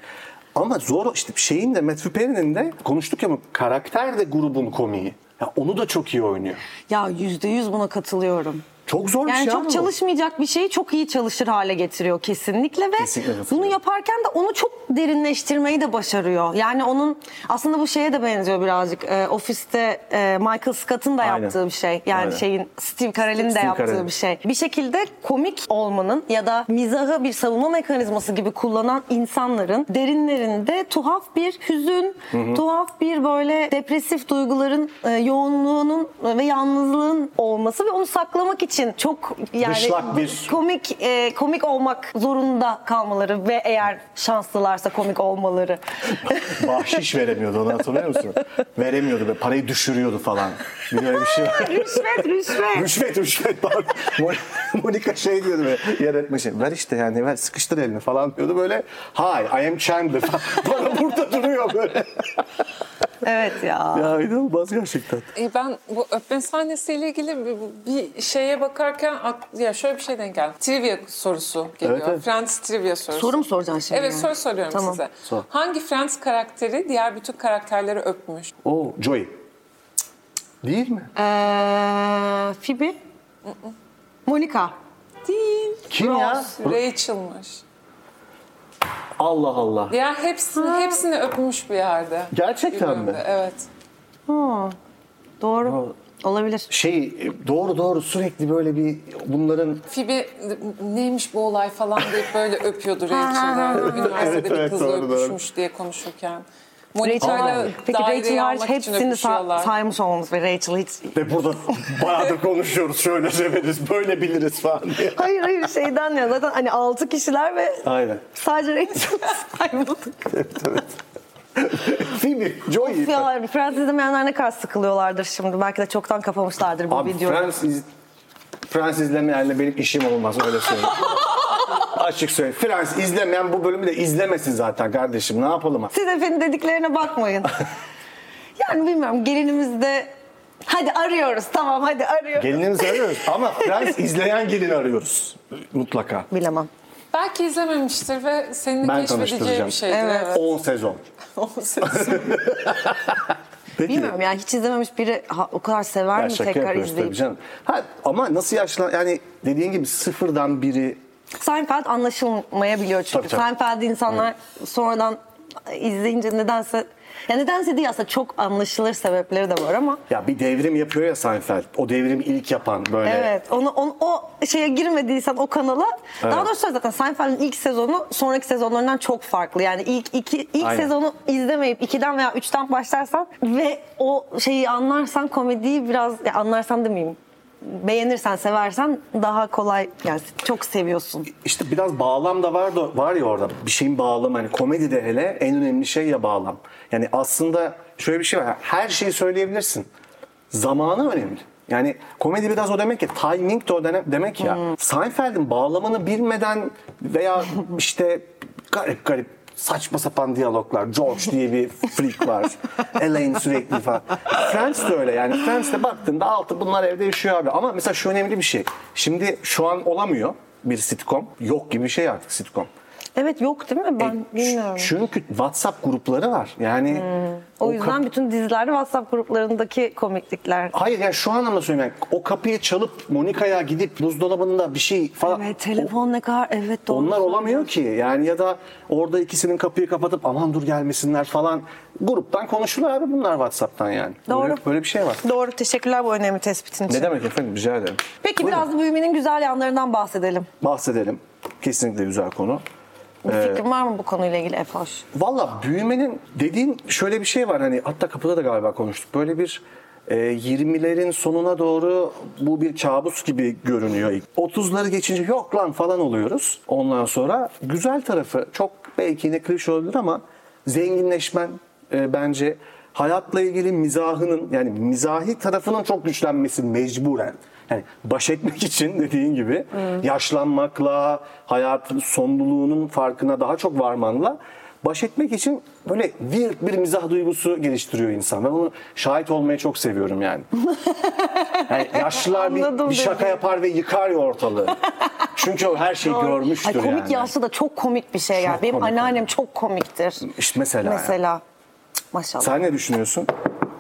[SPEAKER 2] Ama zor işte şeyin de Matthew Perry'nin de konuştuk ya bu karakter de grubun komiği. Ya onu da çok iyi oynuyor.
[SPEAKER 1] Ya yüzde yüz buna katılıyorum.
[SPEAKER 2] Çok zor bir
[SPEAKER 1] Yani
[SPEAKER 2] şey
[SPEAKER 1] çok
[SPEAKER 2] ama bu.
[SPEAKER 1] çalışmayacak bir şeyi çok iyi çalışır hale getiriyor kesinlikle ve
[SPEAKER 2] Kesinlikle
[SPEAKER 1] bunu
[SPEAKER 2] katılıyorum.
[SPEAKER 1] yaparken de onu çok derinleştirmeyi de başarıyor. Yani onun aslında bu şeye de benziyor birazcık. Ee, ofiste e, Michael Scott'ın da
[SPEAKER 2] Aynen.
[SPEAKER 1] yaptığı bir şey. Yani
[SPEAKER 2] Aynen.
[SPEAKER 1] şeyin Steve Carell'in de
[SPEAKER 2] Steve
[SPEAKER 1] yaptığı
[SPEAKER 2] Carell.
[SPEAKER 1] bir şey. Bir şekilde komik olmanın ya da mizahı bir savunma mekanizması gibi kullanan insanların derinlerinde tuhaf bir hüzün, tuhaf bir böyle depresif duyguların e, yoğunluğunun ve yalnızlığın olması ve onu saklamak için çok yani
[SPEAKER 2] Dışlak bir-
[SPEAKER 1] komik e, komik olmak zorunda kalmaları ve eğer şanslılarsa komik olmaları.
[SPEAKER 2] Bahşiş veremiyordu onu hatırlıyor musun? veremiyordu ve parayı düşürüyordu falan. Bir öyle bir şey var.
[SPEAKER 1] rüşvet, rüşvet.
[SPEAKER 2] Rüşvet rüşvet pardon. Mon- Monika şey diyordu böyle yaratma şey. Ver işte yani ver sıkıştır elini falan diyordu böyle. Hi I am Chandler falan. Bana burada duruyor böyle.
[SPEAKER 1] evet ya.
[SPEAKER 2] ya inanılmaz gerçekten.
[SPEAKER 3] E, ben bu öpme sahnesiyle ilgili bir, bir şeye bakarken ak- ya şöyle bir şey denk geldi. Trivia sorusu geliyor.
[SPEAKER 2] Evet, evet.
[SPEAKER 3] Friends trivia sorusu.
[SPEAKER 1] Soru mu soracaksın şimdi?
[SPEAKER 3] Evet soru soruyorum
[SPEAKER 1] Tamam.
[SPEAKER 3] size.
[SPEAKER 2] Sor.
[SPEAKER 3] Hangi Friends karakteri diğer bütün karakterleri öpmüş?
[SPEAKER 2] Oo Joey. Değil mi?
[SPEAKER 1] Ee, Phoebe? Monica.
[SPEAKER 3] Değil.
[SPEAKER 2] Kim ya?
[SPEAKER 3] Ross, Rachel'mış.
[SPEAKER 2] Allah Allah.
[SPEAKER 3] Diğer hepsini hepsini öpmüş bir yerde.
[SPEAKER 2] Gerçekten
[SPEAKER 3] Bir bölümde,
[SPEAKER 2] mi?
[SPEAKER 3] Evet.
[SPEAKER 1] Hmm, Doğru. Olabilir.
[SPEAKER 2] Şey doğru doğru sürekli böyle bir bunların
[SPEAKER 3] Phoebe neymiş bu olay falan deyip böyle öpüyordu
[SPEAKER 1] Ha,
[SPEAKER 3] Rachel'den. Üniversitede
[SPEAKER 2] Evet, evet,
[SPEAKER 3] bir kızla
[SPEAKER 2] doğru, doğru.
[SPEAKER 3] öpüşmüş diye konuşurken.
[SPEAKER 1] Rachel'la,
[SPEAKER 3] Monika'yla
[SPEAKER 1] peki Rachel
[SPEAKER 3] daireyi
[SPEAKER 1] hariç
[SPEAKER 3] almak için
[SPEAKER 1] hepsini sa-
[SPEAKER 3] öpüşüyorlar.
[SPEAKER 1] saymış olmamız ve Rachel hiç...
[SPEAKER 2] ve burada bayağıdır konuşuyoruz şöyle severiz böyle biliriz falan diye.
[SPEAKER 1] Hayır hayır şeyden ya zaten hani 6 kişiler ve
[SPEAKER 2] Aynen.
[SPEAKER 1] sadece Rachel'ı saymadık.
[SPEAKER 2] Phoebe, Joey.
[SPEAKER 1] Of ya Fransız izlemeyenler ne kadar sıkılıyorlardır şimdi. Belki de çoktan kapamışlardır bu
[SPEAKER 2] Abi
[SPEAKER 1] videoyu.
[SPEAKER 2] Fransız Fransız izlemeyenle benim işim olmaz öyle söyleyeyim. Açık söyle. Fransız izlemeyen bu bölümü de izlemesin zaten kardeşim. Ne yapalım?
[SPEAKER 1] Siz efendim dediklerine bakmayın. yani bilmiyorum gelinimizde hadi arıyoruz tamam hadi arıyoruz.
[SPEAKER 2] Gelinimizi arıyoruz ama Fransız izleyen gelin arıyoruz. Mutlaka.
[SPEAKER 1] Bilemem.
[SPEAKER 3] Belki izlememiştir ve senin
[SPEAKER 2] Ben
[SPEAKER 3] keşfedeceği
[SPEAKER 2] tanıştıracağım.
[SPEAKER 3] bir şeydir.
[SPEAKER 1] Evet.
[SPEAKER 3] Evet.
[SPEAKER 2] 10 sezon.
[SPEAKER 3] O ses.
[SPEAKER 2] Peki.
[SPEAKER 1] Bilmiyorum yani hiç izlememiş biri ha, o kadar sever
[SPEAKER 2] Ya
[SPEAKER 1] mi
[SPEAKER 2] şaka
[SPEAKER 1] tekrar
[SPEAKER 2] yapıyoruz tabii
[SPEAKER 1] izleyip?
[SPEAKER 2] canım. Ha, ama nasıl yaşlan... Yani dediğin gibi sıfırdan biri
[SPEAKER 1] Seinfeld anlaşılmayabiliyor çünkü.
[SPEAKER 2] Tabii, tabii.
[SPEAKER 1] Seinfeld'i insanlar sonradan izleyince nedense ya nedense değil aslında çok anlaşılır sebepleri de var ama
[SPEAKER 2] ya bir devrim yapıyor ya Seinfeld. O devrimi ilk yapan böyle.
[SPEAKER 1] Evet. Onu, onu- o şeye girmediysen o kanala. Daha
[SPEAKER 2] Evet.
[SPEAKER 1] doğrusu söyle zaten Seinfeld'in ilk sezonu sonraki sezonlarından çok farklı. Yani ilk iki ilk
[SPEAKER 2] Aynen.
[SPEAKER 1] sezonu izlemeyip ikiden veya üçten başlarsan ve o şeyi anlarsan komediyi biraz ya anlarsan demeyeyim. Beğenirsen, seversen daha kolay yani çok seviyorsun.
[SPEAKER 2] İşte biraz bağlam da var da var ya orada. Bir şeyin bağlamı hani komedide hele en önemli şey ya bağlam. Yani aslında şöyle bir şey var. Her şeyi söyleyebilirsin. Zamanı önemli. Yani komedi biraz o demek ya. Timing de o dene- demek ya. Seinfeld'in bağlamını bilmeden veya işte garip garip saçma sapan diyaloglar. George diye bir freak var. Elaine sürekli falan. Friends de öyle yani. Friends'te baktığında altı bunlar evde yaşıyor abi. Ama mesela şu önemli bir şey. Şimdi şu an olamıyor bir sitcom. Yok gibi bir şey artık sitcom.
[SPEAKER 1] Evet yok değil mi? Ben
[SPEAKER 2] E,
[SPEAKER 1] bilmiyorum. Hmm.
[SPEAKER 2] Çünkü WhatsApp grupları var. Yani
[SPEAKER 1] O
[SPEAKER 2] kap-
[SPEAKER 1] yüzden bütün dizilerde WhatsApp gruplarındaki komiklikler.
[SPEAKER 2] Hayır yani şu anlamda söylüyorum. Yani o kapıyı çalıp Monika'ya gidip buzdolabında bir şey falan.
[SPEAKER 1] Evet telefon ne kadar evet
[SPEAKER 2] O-
[SPEAKER 1] doğru.
[SPEAKER 2] onlar olamıyor ki. Yani ya da orada ikisinin kapıyı kapatıp aman dur gelmesinler falan. Gruptan konuşulur abi bunlar WhatsApp'tan yani.
[SPEAKER 1] Doğru.
[SPEAKER 2] Böyle, böyle bir şey var.
[SPEAKER 1] Doğru teşekkürler bu önemli tespitin için.
[SPEAKER 2] Ne demek efendim rica ederim.
[SPEAKER 1] Peki
[SPEAKER 2] Buyurun.
[SPEAKER 1] biraz da büyümenin güzel yanlarından bahsedelim.
[SPEAKER 2] bahsedelim. Kesinlikle güzel konu.
[SPEAKER 1] Bir
[SPEAKER 2] Ee,
[SPEAKER 1] fikrin var mı bu konuyla ilgili Efoş?
[SPEAKER 2] Valla büyümenin dediğin şöyle bir şey var hani hatta kapıda da galiba konuştuk. Böyle bir e, 20'lerin sonuna doğru bu bir kabus gibi görünüyor. 30'ları geçince yok lan falan oluyoruz. Ondan sonra güzel tarafı çok belki ne klişe olabilir ama zenginleşmen e, bence hayatla ilgili mizahının yani mizahi tarafının çok güçlenmesi mecburen. Yani baş etmek için dediğin gibi yaşlanmakla, hayatın sonluluğunun farkına daha çok varmanla baş etmek için böyle weird bir mizah duygusu geliştiriyor insan. Ben bunu şahit olmayı çok seviyorum yani. yani yaşlılar bir,
[SPEAKER 1] Anladım
[SPEAKER 2] bir şaka
[SPEAKER 1] dediğini.
[SPEAKER 2] yapar ve yıkar ya ortalığı. Çünkü o her şeyi görmüştür
[SPEAKER 1] Ay, komik
[SPEAKER 2] yani.
[SPEAKER 1] yaşlı da çok komik bir şey ya.
[SPEAKER 2] Çok
[SPEAKER 1] Benim
[SPEAKER 2] komik
[SPEAKER 1] anneannem
[SPEAKER 2] abi.
[SPEAKER 1] çok komiktir.
[SPEAKER 2] İşte mesela. yani.
[SPEAKER 1] Mesela. Cık, Maşallah.
[SPEAKER 2] Sen ne düşünüyorsun?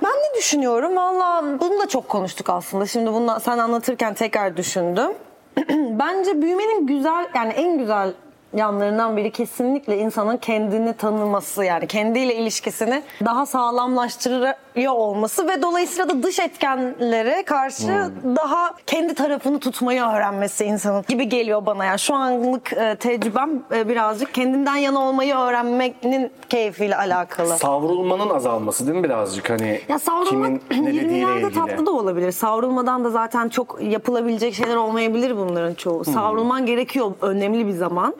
[SPEAKER 1] Ben ne düşünüyorum? Valla bunu da çok konuştuk aslında. Şimdi bunu sen anlatırken tekrar düşündüm. Bence büyümenin güzel yani en güzel yanlarından biri kesinlikle insanın kendini tanıması yani kendiyle ilişkisini daha sağlamlaştırıyor olması ve dolayısıyla da dış etkenlere karşı
[SPEAKER 2] Hmm.
[SPEAKER 1] daha kendi tarafını tutmayı öğrenmesi insanın gibi geliyor bana. Yani şu anlık e, tecrübem e, birazcık kendinden yana olmayı öğrenmenin keyfiyle alakalı.
[SPEAKER 2] Savrulmanın azalması değil mi birazcık hani
[SPEAKER 1] Ya savrulmak
[SPEAKER 2] kimin ne dediğiyle
[SPEAKER 1] 20'lerde
[SPEAKER 2] ilgili.
[SPEAKER 1] tatlı da olabilir. Savrulmadan da zaten çok yapılabilecek şeyler olmayabilir bunların çoğu. Savrulman gerekiyor önemli bir zaman.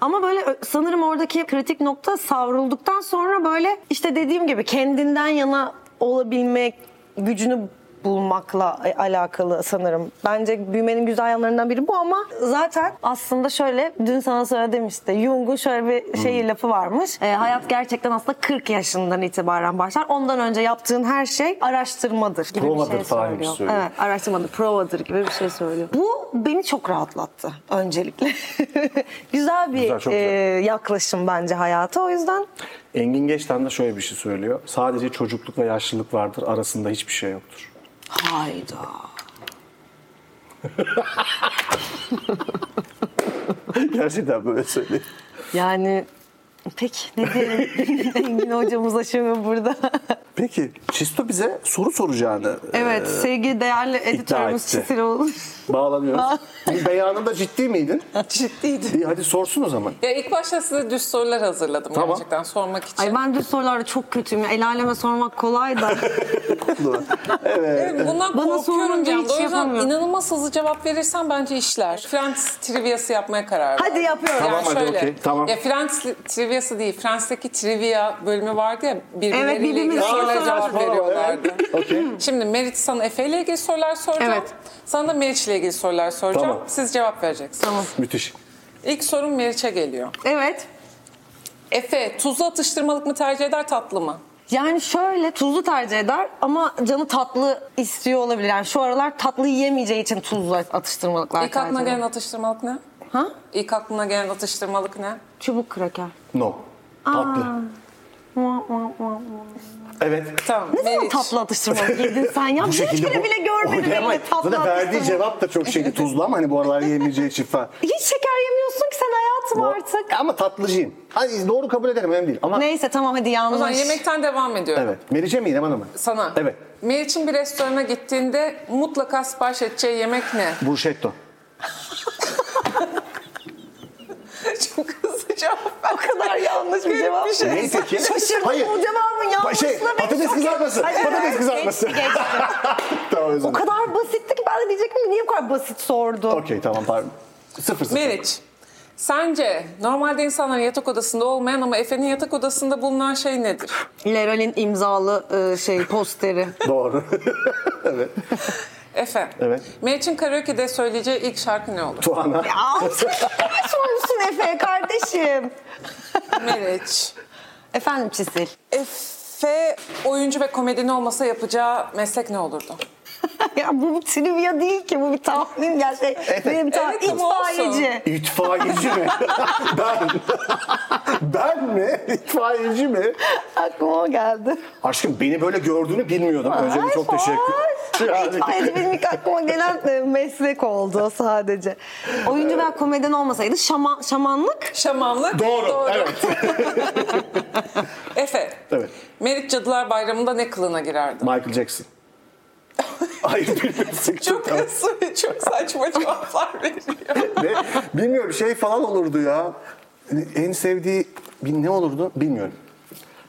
[SPEAKER 1] Ama böyle ö- sanırım oradaki kritik nokta savrulduktan sonra böyle işte dediğim gibi kendinden yana olabilmek gücünü bulmakla e, alakalı sanırım. Bence büyümenin güzel yanlarından biri bu ama zaten aslında şöyle dün sana söyledim işte Jung'un şöyle bir şey lafı varmış. E, hayat gerçekten aslında 40 yaşından itibaren başlar. Ondan önce yaptığın her şey araştırmadır gibi bir
[SPEAKER 2] Provadır
[SPEAKER 1] şey
[SPEAKER 2] falan
[SPEAKER 1] söylüyor.
[SPEAKER 2] gibi söylüyor.
[SPEAKER 1] Evet araştırmadır, provadır gibi bir şey söylüyor. Bu beni çok rahatlattı öncelikle. güzel bir
[SPEAKER 2] Güzel, çok
[SPEAKER 1] e,
[SPEAKER 2] güzel.
[SPEAKER 1] yaklaşım bence hayata o yüzden.
[SPEAKER 2] Engin Geçten de şöyle bir şey söylüyor. Sadece çocukluk ve yaşlılık vardır. Arasında hiçbir şey yoktur.
[SPEAKER 1] Hayda.
[SPEAKER 2] Gerçekten böyle söylüyor.
[SPEAKER 1] Yani peki ne diyelim Engin hocamıza şimdi burada.
[SPEAKER 2] Peki Çisto bize soru soracağını e,
[SPEAKER 1] Evet, sevgili değerli editörümüz
[SPEAKER 2] Ee, etti.
[SPEAKER 1] Çisiloğlu.
[SPEAKER 2] e, bağlanıyoruz. Bu beyanında ciddi miydin?
[SPEAKER 3] Ciddiydi.
[SPEAKER 2] İyi hadi sorsun o zaman.
[SPEAKER 3] Ya ilk başta size düz sorular hazırladım
[SPEAKER 2] Tamam.
[SPEAKER 3] gerçekten sormak için.
[SPEAKER 1] Ay ben de sorularda çok kötüyüm. ya. El aleme sormak kolay da.
[SPEAKER 3] Evet, Bundan
[SPEAKER 1] Bana
[SPEAKER 3] korkuyorum
[SPEAKER 1] sorulunca
[SPEAKER 3] bir
[SPEAKER 1] hiç şey
[SPEAKER 3] anda. O yüzden
[SPEAKER 1] yapamıyorum.
[SPEAKER 3] inanılmaz hızlı cevap verirsen bence işler. Frans triviası yapmaya karar verdim.
[SPEAKER 1] Hadi yapıyorum.
[SPEAKER 2] Tamam, hadi, okey, tamam.
[SPEAKER 3] Ya Frans li- triviası değil. Frans'taki trivia bölümü vardı ya. Birbirleriyle
[SPEAKER 1] Evet, birbirimize
[SPEAKER 3] ilgili sorulara
[SPEAKER 1] sorular
[SPEAKER 3] cevap
[SPEAKER 2] Aa,
[SPEAKER 3] veriyorlardı.
[SPEAKER 2] evet. Okey.
[SPEAKER 3] Şimdi Merit sana Efe ile ilgili sorular soracağım.
[SPEAKER 1] Evet.
[SPEAKER 3] Sana da Meriç ile ilgili sorular soracağım.
[SPEAKER 2] Tamam.
[SPEAKER 3] Siz cevap vereceksiniz.
[SPEAKER 2] Müthiş.
[SPEAKER 3] İlk sorum Meriç'e geliyor.
[SPEAKER 1] evet.
[SPEAKER 3] Efe tuzlu atıştırmalık mı tercih eder tatlı mı?
[SPEAKER 1] Yani şöyle tuzlu tercih eder ama canı tatlı istiyor olabilir. Yani şu aralar tatlı yiyemeyeceği için tuzlu atıştırmalıklar
[SPEAKER 3] İlk aklına
[SPEAKER 1] tercih
[SPEAKER 3] gelen
[SPEAKER 1] eder.
[SPEAKER 3] atıştırmalık ne?
[SPEAKER 1] Ha?
[SPEAKER 3] İlk aklına gelen atıştırmalık ne?
[SPEAKER 1] Çubuk kraker.
[SPEAKER 2] No. Tatlı. Evet.
[SPEAKER 3] Tamam.
[SPEAKER 1] Ne zaman tatlı atıştırmalık yedin sen ya? Bu kere bile görmedim elinde tatlı
[SPEAKER 2] Zaten verdiği
[SPEAKER 1] atıştırmalık.
[SPEAKER 2] cevap da çok şey tuzlu ama hani bu aralar yemeyeceği için falan.
[SPEAKER 1] Hiç şeker yemiyorsun ki sen hayatım
[SPEAKER 2] Bu-
[SPEAKER 1] artık.
[SPEAKER 2] Ama tatlıcıyım. Hani doğru kabul ederim önemli değil. Ama
[SPEAKER 1] Neyse tamam hadi
[SPEAKER 3] O zaman
[SPEAKER 1] yanlış.
[SPEAKER 3] yemekten devam ediyorum.
[SPEAKER 2] evet. Meriç'e mi İrem Hanım'a?
[SPEAKER 3] Sana.
[SPEAKER 2] Evet.
[SPEAKER 3] Meriç'in bir restorana gittiğinde mutlaka sipariş edeceği yemek ne?
[SPEAKER 2] Burşetto.
[SPEAKER 3] Çok hızlı cevap ver.
[SPEAKER 1] O kadar yanlış bir şey- cevap.
[SPEAKER 2] Neyse ki.
[SPEAKER 1] Şaşırdım
[SPEAKER 2] Hayır.
[SPEAKER 1] bu cevabın yanlışlığı
[SPEAKER 2] Şey,
[SPEAKER 1] beni
[SPEAKER 2] patates
[SPEAKER 1] çok-
[SPEAKER 2] kızartması.
[SPEAKER 1] Hayır,
[SPEAKER 2] Patates
[SPEAKER 1] evet,
[SPEAKER 2] kızartması.
[SPEAKER 1] geçti, geçti.
[SPEAKER 2] tamam özür
[SPEAKER 1] O
[SPEAKER 2] dilerim.
[SPEAKER 1] kadar basitti ki ben de diyecektim ki niye bu kadar basit sordu?
[SPEAKER 2] Okey tamam pardon. Sıfır sıfır.
[SPEAKER 3] Meriç, sence normalde insanların yatak odasında olmayan ama Efe'nin yatak odasında bulunan şey nedir?
[SPEAKER 1] Leral'in imzalı e, şey posteri.
[SPEAKER 2] Doğru. evet.
[SPEAKER 3] Efe.
[SPEAKER 2] Evet.
[SPEAKER 3] Meriç'in karaoke'de söyleyeceği ilk şarkı ne olur?
[SPEAKER 2] Tuana.
[SPEAKER 1] ya artık ne sormuşsun Efe'ye kardeşim?
[SPEAKER 3] Meriç.
[SPEAKER 1] Efendim Çisil.
[SPEAKER 3] Efe oyuncu ve komedyen olmasa yapacağı meslek ne olurdu?
[SPEAKER 1] ya bu bir trivia değil ki bu bir tahmin ya şey benim ta
[SPEAKER 3] Evet, ama
[SPEAKER 1] itfaiyeci.
[SPEAKER 2] İtfaiyeci mi? ben. ben mi? İtfaiyeci mi?
[SPEAKER 1] Aklıma o geldi.
[SPEAKER 2] Aşkım beni böyle gördüğünü bilmiyordum. Öncelikle çok
[SPEAKER 1] Ay,
[SPEAKER 2] teşekkür
[SPEAKER 1] ay.
[SPEAKER 2] Yani-
[SPEAKER 1] İtfaiyeci benim ilk aklıma gelen e, meslek oldu sadece. Oyuncu veya komedyen olmasaydı şama, şamanlık
[SPEAKER 3] Şamanlık.
[SPEAKER 2] Doğru, evet.
[SPEAKER 3] Efe.
[SPEAKER 2] Evet.
[SPEAKER 3] Meriç Cadılar Bayramı'nda ne kılığına girerdin?
[SPEAKER 2] Michael Jackson. Hayır bilmiyorsun.
[SPEAKER 3] Çok kısa ve çok saçma cevaplar veriyor.
[SPEAKER 2] Ve bilmiyorum şey falan olurdu ya. Hani En sevdiği bir ne olurdu bilmiyorum.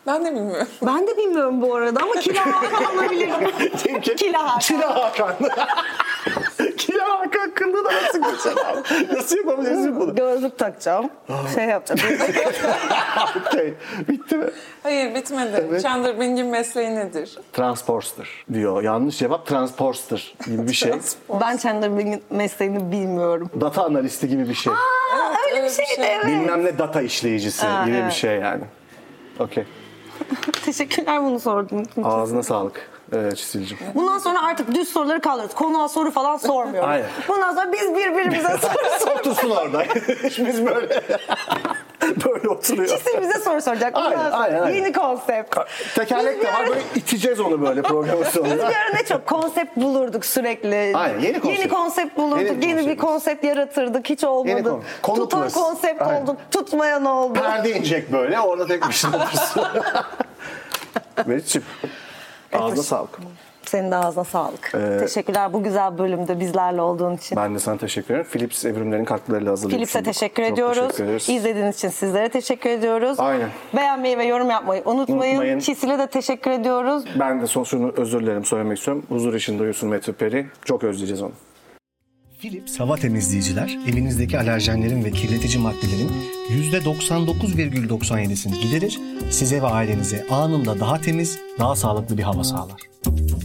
[SPEAKER 3] Ben de bilmiyorum.
[SPEAKER 1] ben de bilmiyorum bu arada ama kila Hakan olabilirim.
[SPEAKER 2] Kim ki?
[SPEAKER 1] Kila Hakan.
[SPEAKER 2] Kila Hakan. Kila Hakan kıldı da nasıl geçer abi? Nasıl yapabilirsin bunu?
[SPEAKER 1] Gözlük takacağım. Şey yapacağım.
[SPEAKER 2] Okey. Bitti mi?
[SPEAKER 3] Hayır bitmedi.
[SPEAKER 2] Evet.
[SPEAKER 3] Chandler Bing'in mesleği nedir?
[SPEAKER 2] Transporster diyor. Yanlış cevap transporster gibi bir şey.
[SPEAKER 1] ben Chandler Bing'in mesleğini bilmiyorum.
[SPEAKER 2] Data analisti gibi bir şey.
[SPEAKER 3] Evet,
[SPEAKER 1] Öyle bir şeydi evet.
[SPEAKER 2] Bilmem ne data işleyicisi
[SPEAKER 1] Aa,
[SPEAKER 2] gibi
[SPEAKER 1] evet.
[SPEAKER 2] bir şey yani. Okey.
[SPEAKER 1] Teşekkürler bunu sordun.
[SPEAKER 2] Ağzına sağlık ee, Çisil'cim.
[SPEAKER 1] Bundan sonra artık düz soruları kaldırıyoruz. Konuğa soru falan sormuyoruz.
[SPEAKER 2] Aynen.
[SPEAKER 1] Bundan sonra biz birbirimize soru
[SPEAKER 2] Otursun orada. Biz böyle. böyle oturuyor.
[SPEAKER 1] Kesin bize soru soracak. Bundan
[SPEAKER 2] Aynen,
[SPEAKER 1] sonra
[SPEAKER 2] aynen, aynen.
[SPEAKER 1] Yeni konsept.
[SPEAKER 2] Tekerlek de var böyle iteceğiz onu böyle programın
[SPEAKER 1] Biz bir
[SPEAKER 2] sonunda.
[SPEAKER 1] ara ne çok konsept bulurduk sürekli.
[SPEAKER 2] Aynen, yeni konsept.
[SPEAKER 1] konsept bulurduk. Yeni,
[SPEAKER 2] Yeni
[SPEAKER 1] bir
[SPEAKER 2] konsept.
[SPEAKER 1] konsept yaratırdık. Hiç
[SPEAKER 2] Yeni
[SPEAKER 1] olmadı.
[SPEAKER 2] konu- Konu
[SPEAKER 1] Tutan
[SPEAKER 2] burası.
[SPEAKER 1] konsept
[SPEAKER 2] Aynen.
[SPEAKER 1] olduk. Tutmayan oldu.
[SPEAKER 2] Perde inecek böyle orada tek başına otursun. Meriç'ciğim ağzına sağlık.
[SPEAKER 1] Senin de ağzına sağlık.
[SPEAKER 2] Ee,
[SPEAKER 1] Teşekkürler bu güzel bölümde bizlerle olduğun için.
[SPEAKER 2] Ben de sana teşekkür ederim. Philips evrimlerin katkılarıyla hazırladık.
[SPEAKER 1] Philips'e
[SPEAKER 2] şimdi.
[SPEAKER 1] teşekkür
[SPEAKER 2] Çok
[SPEAKER 1] ediyoruz.
[SPEAKER 2] teşekkür ederiz.
[SPEAKER 1] İzlediğiniz için sizlere teşekkür ediyoruz.
[SPEAKER 2] Aynen.
[SPEAKER 1] Beğenmeyi ve yorum yapmayı unutmayın.
[SPEAKER 2] Unutmayın.
[SPEAKER 1] Çisil'e de teşekkür ediyoruz.
[SPEAKER 2] Ben de son şunu özür dilerim söylemek istiyorum. Huzur içinde uyusun Metin Peri. Çok özleyeceğiz onu. Philips hava temizleyiciler evinizdeki alerjenlerin ve kirletici maddelerin %99,97'sini giderir, size ve ailenize anında daha temiz, daha sağlıklı bir hava sağlar.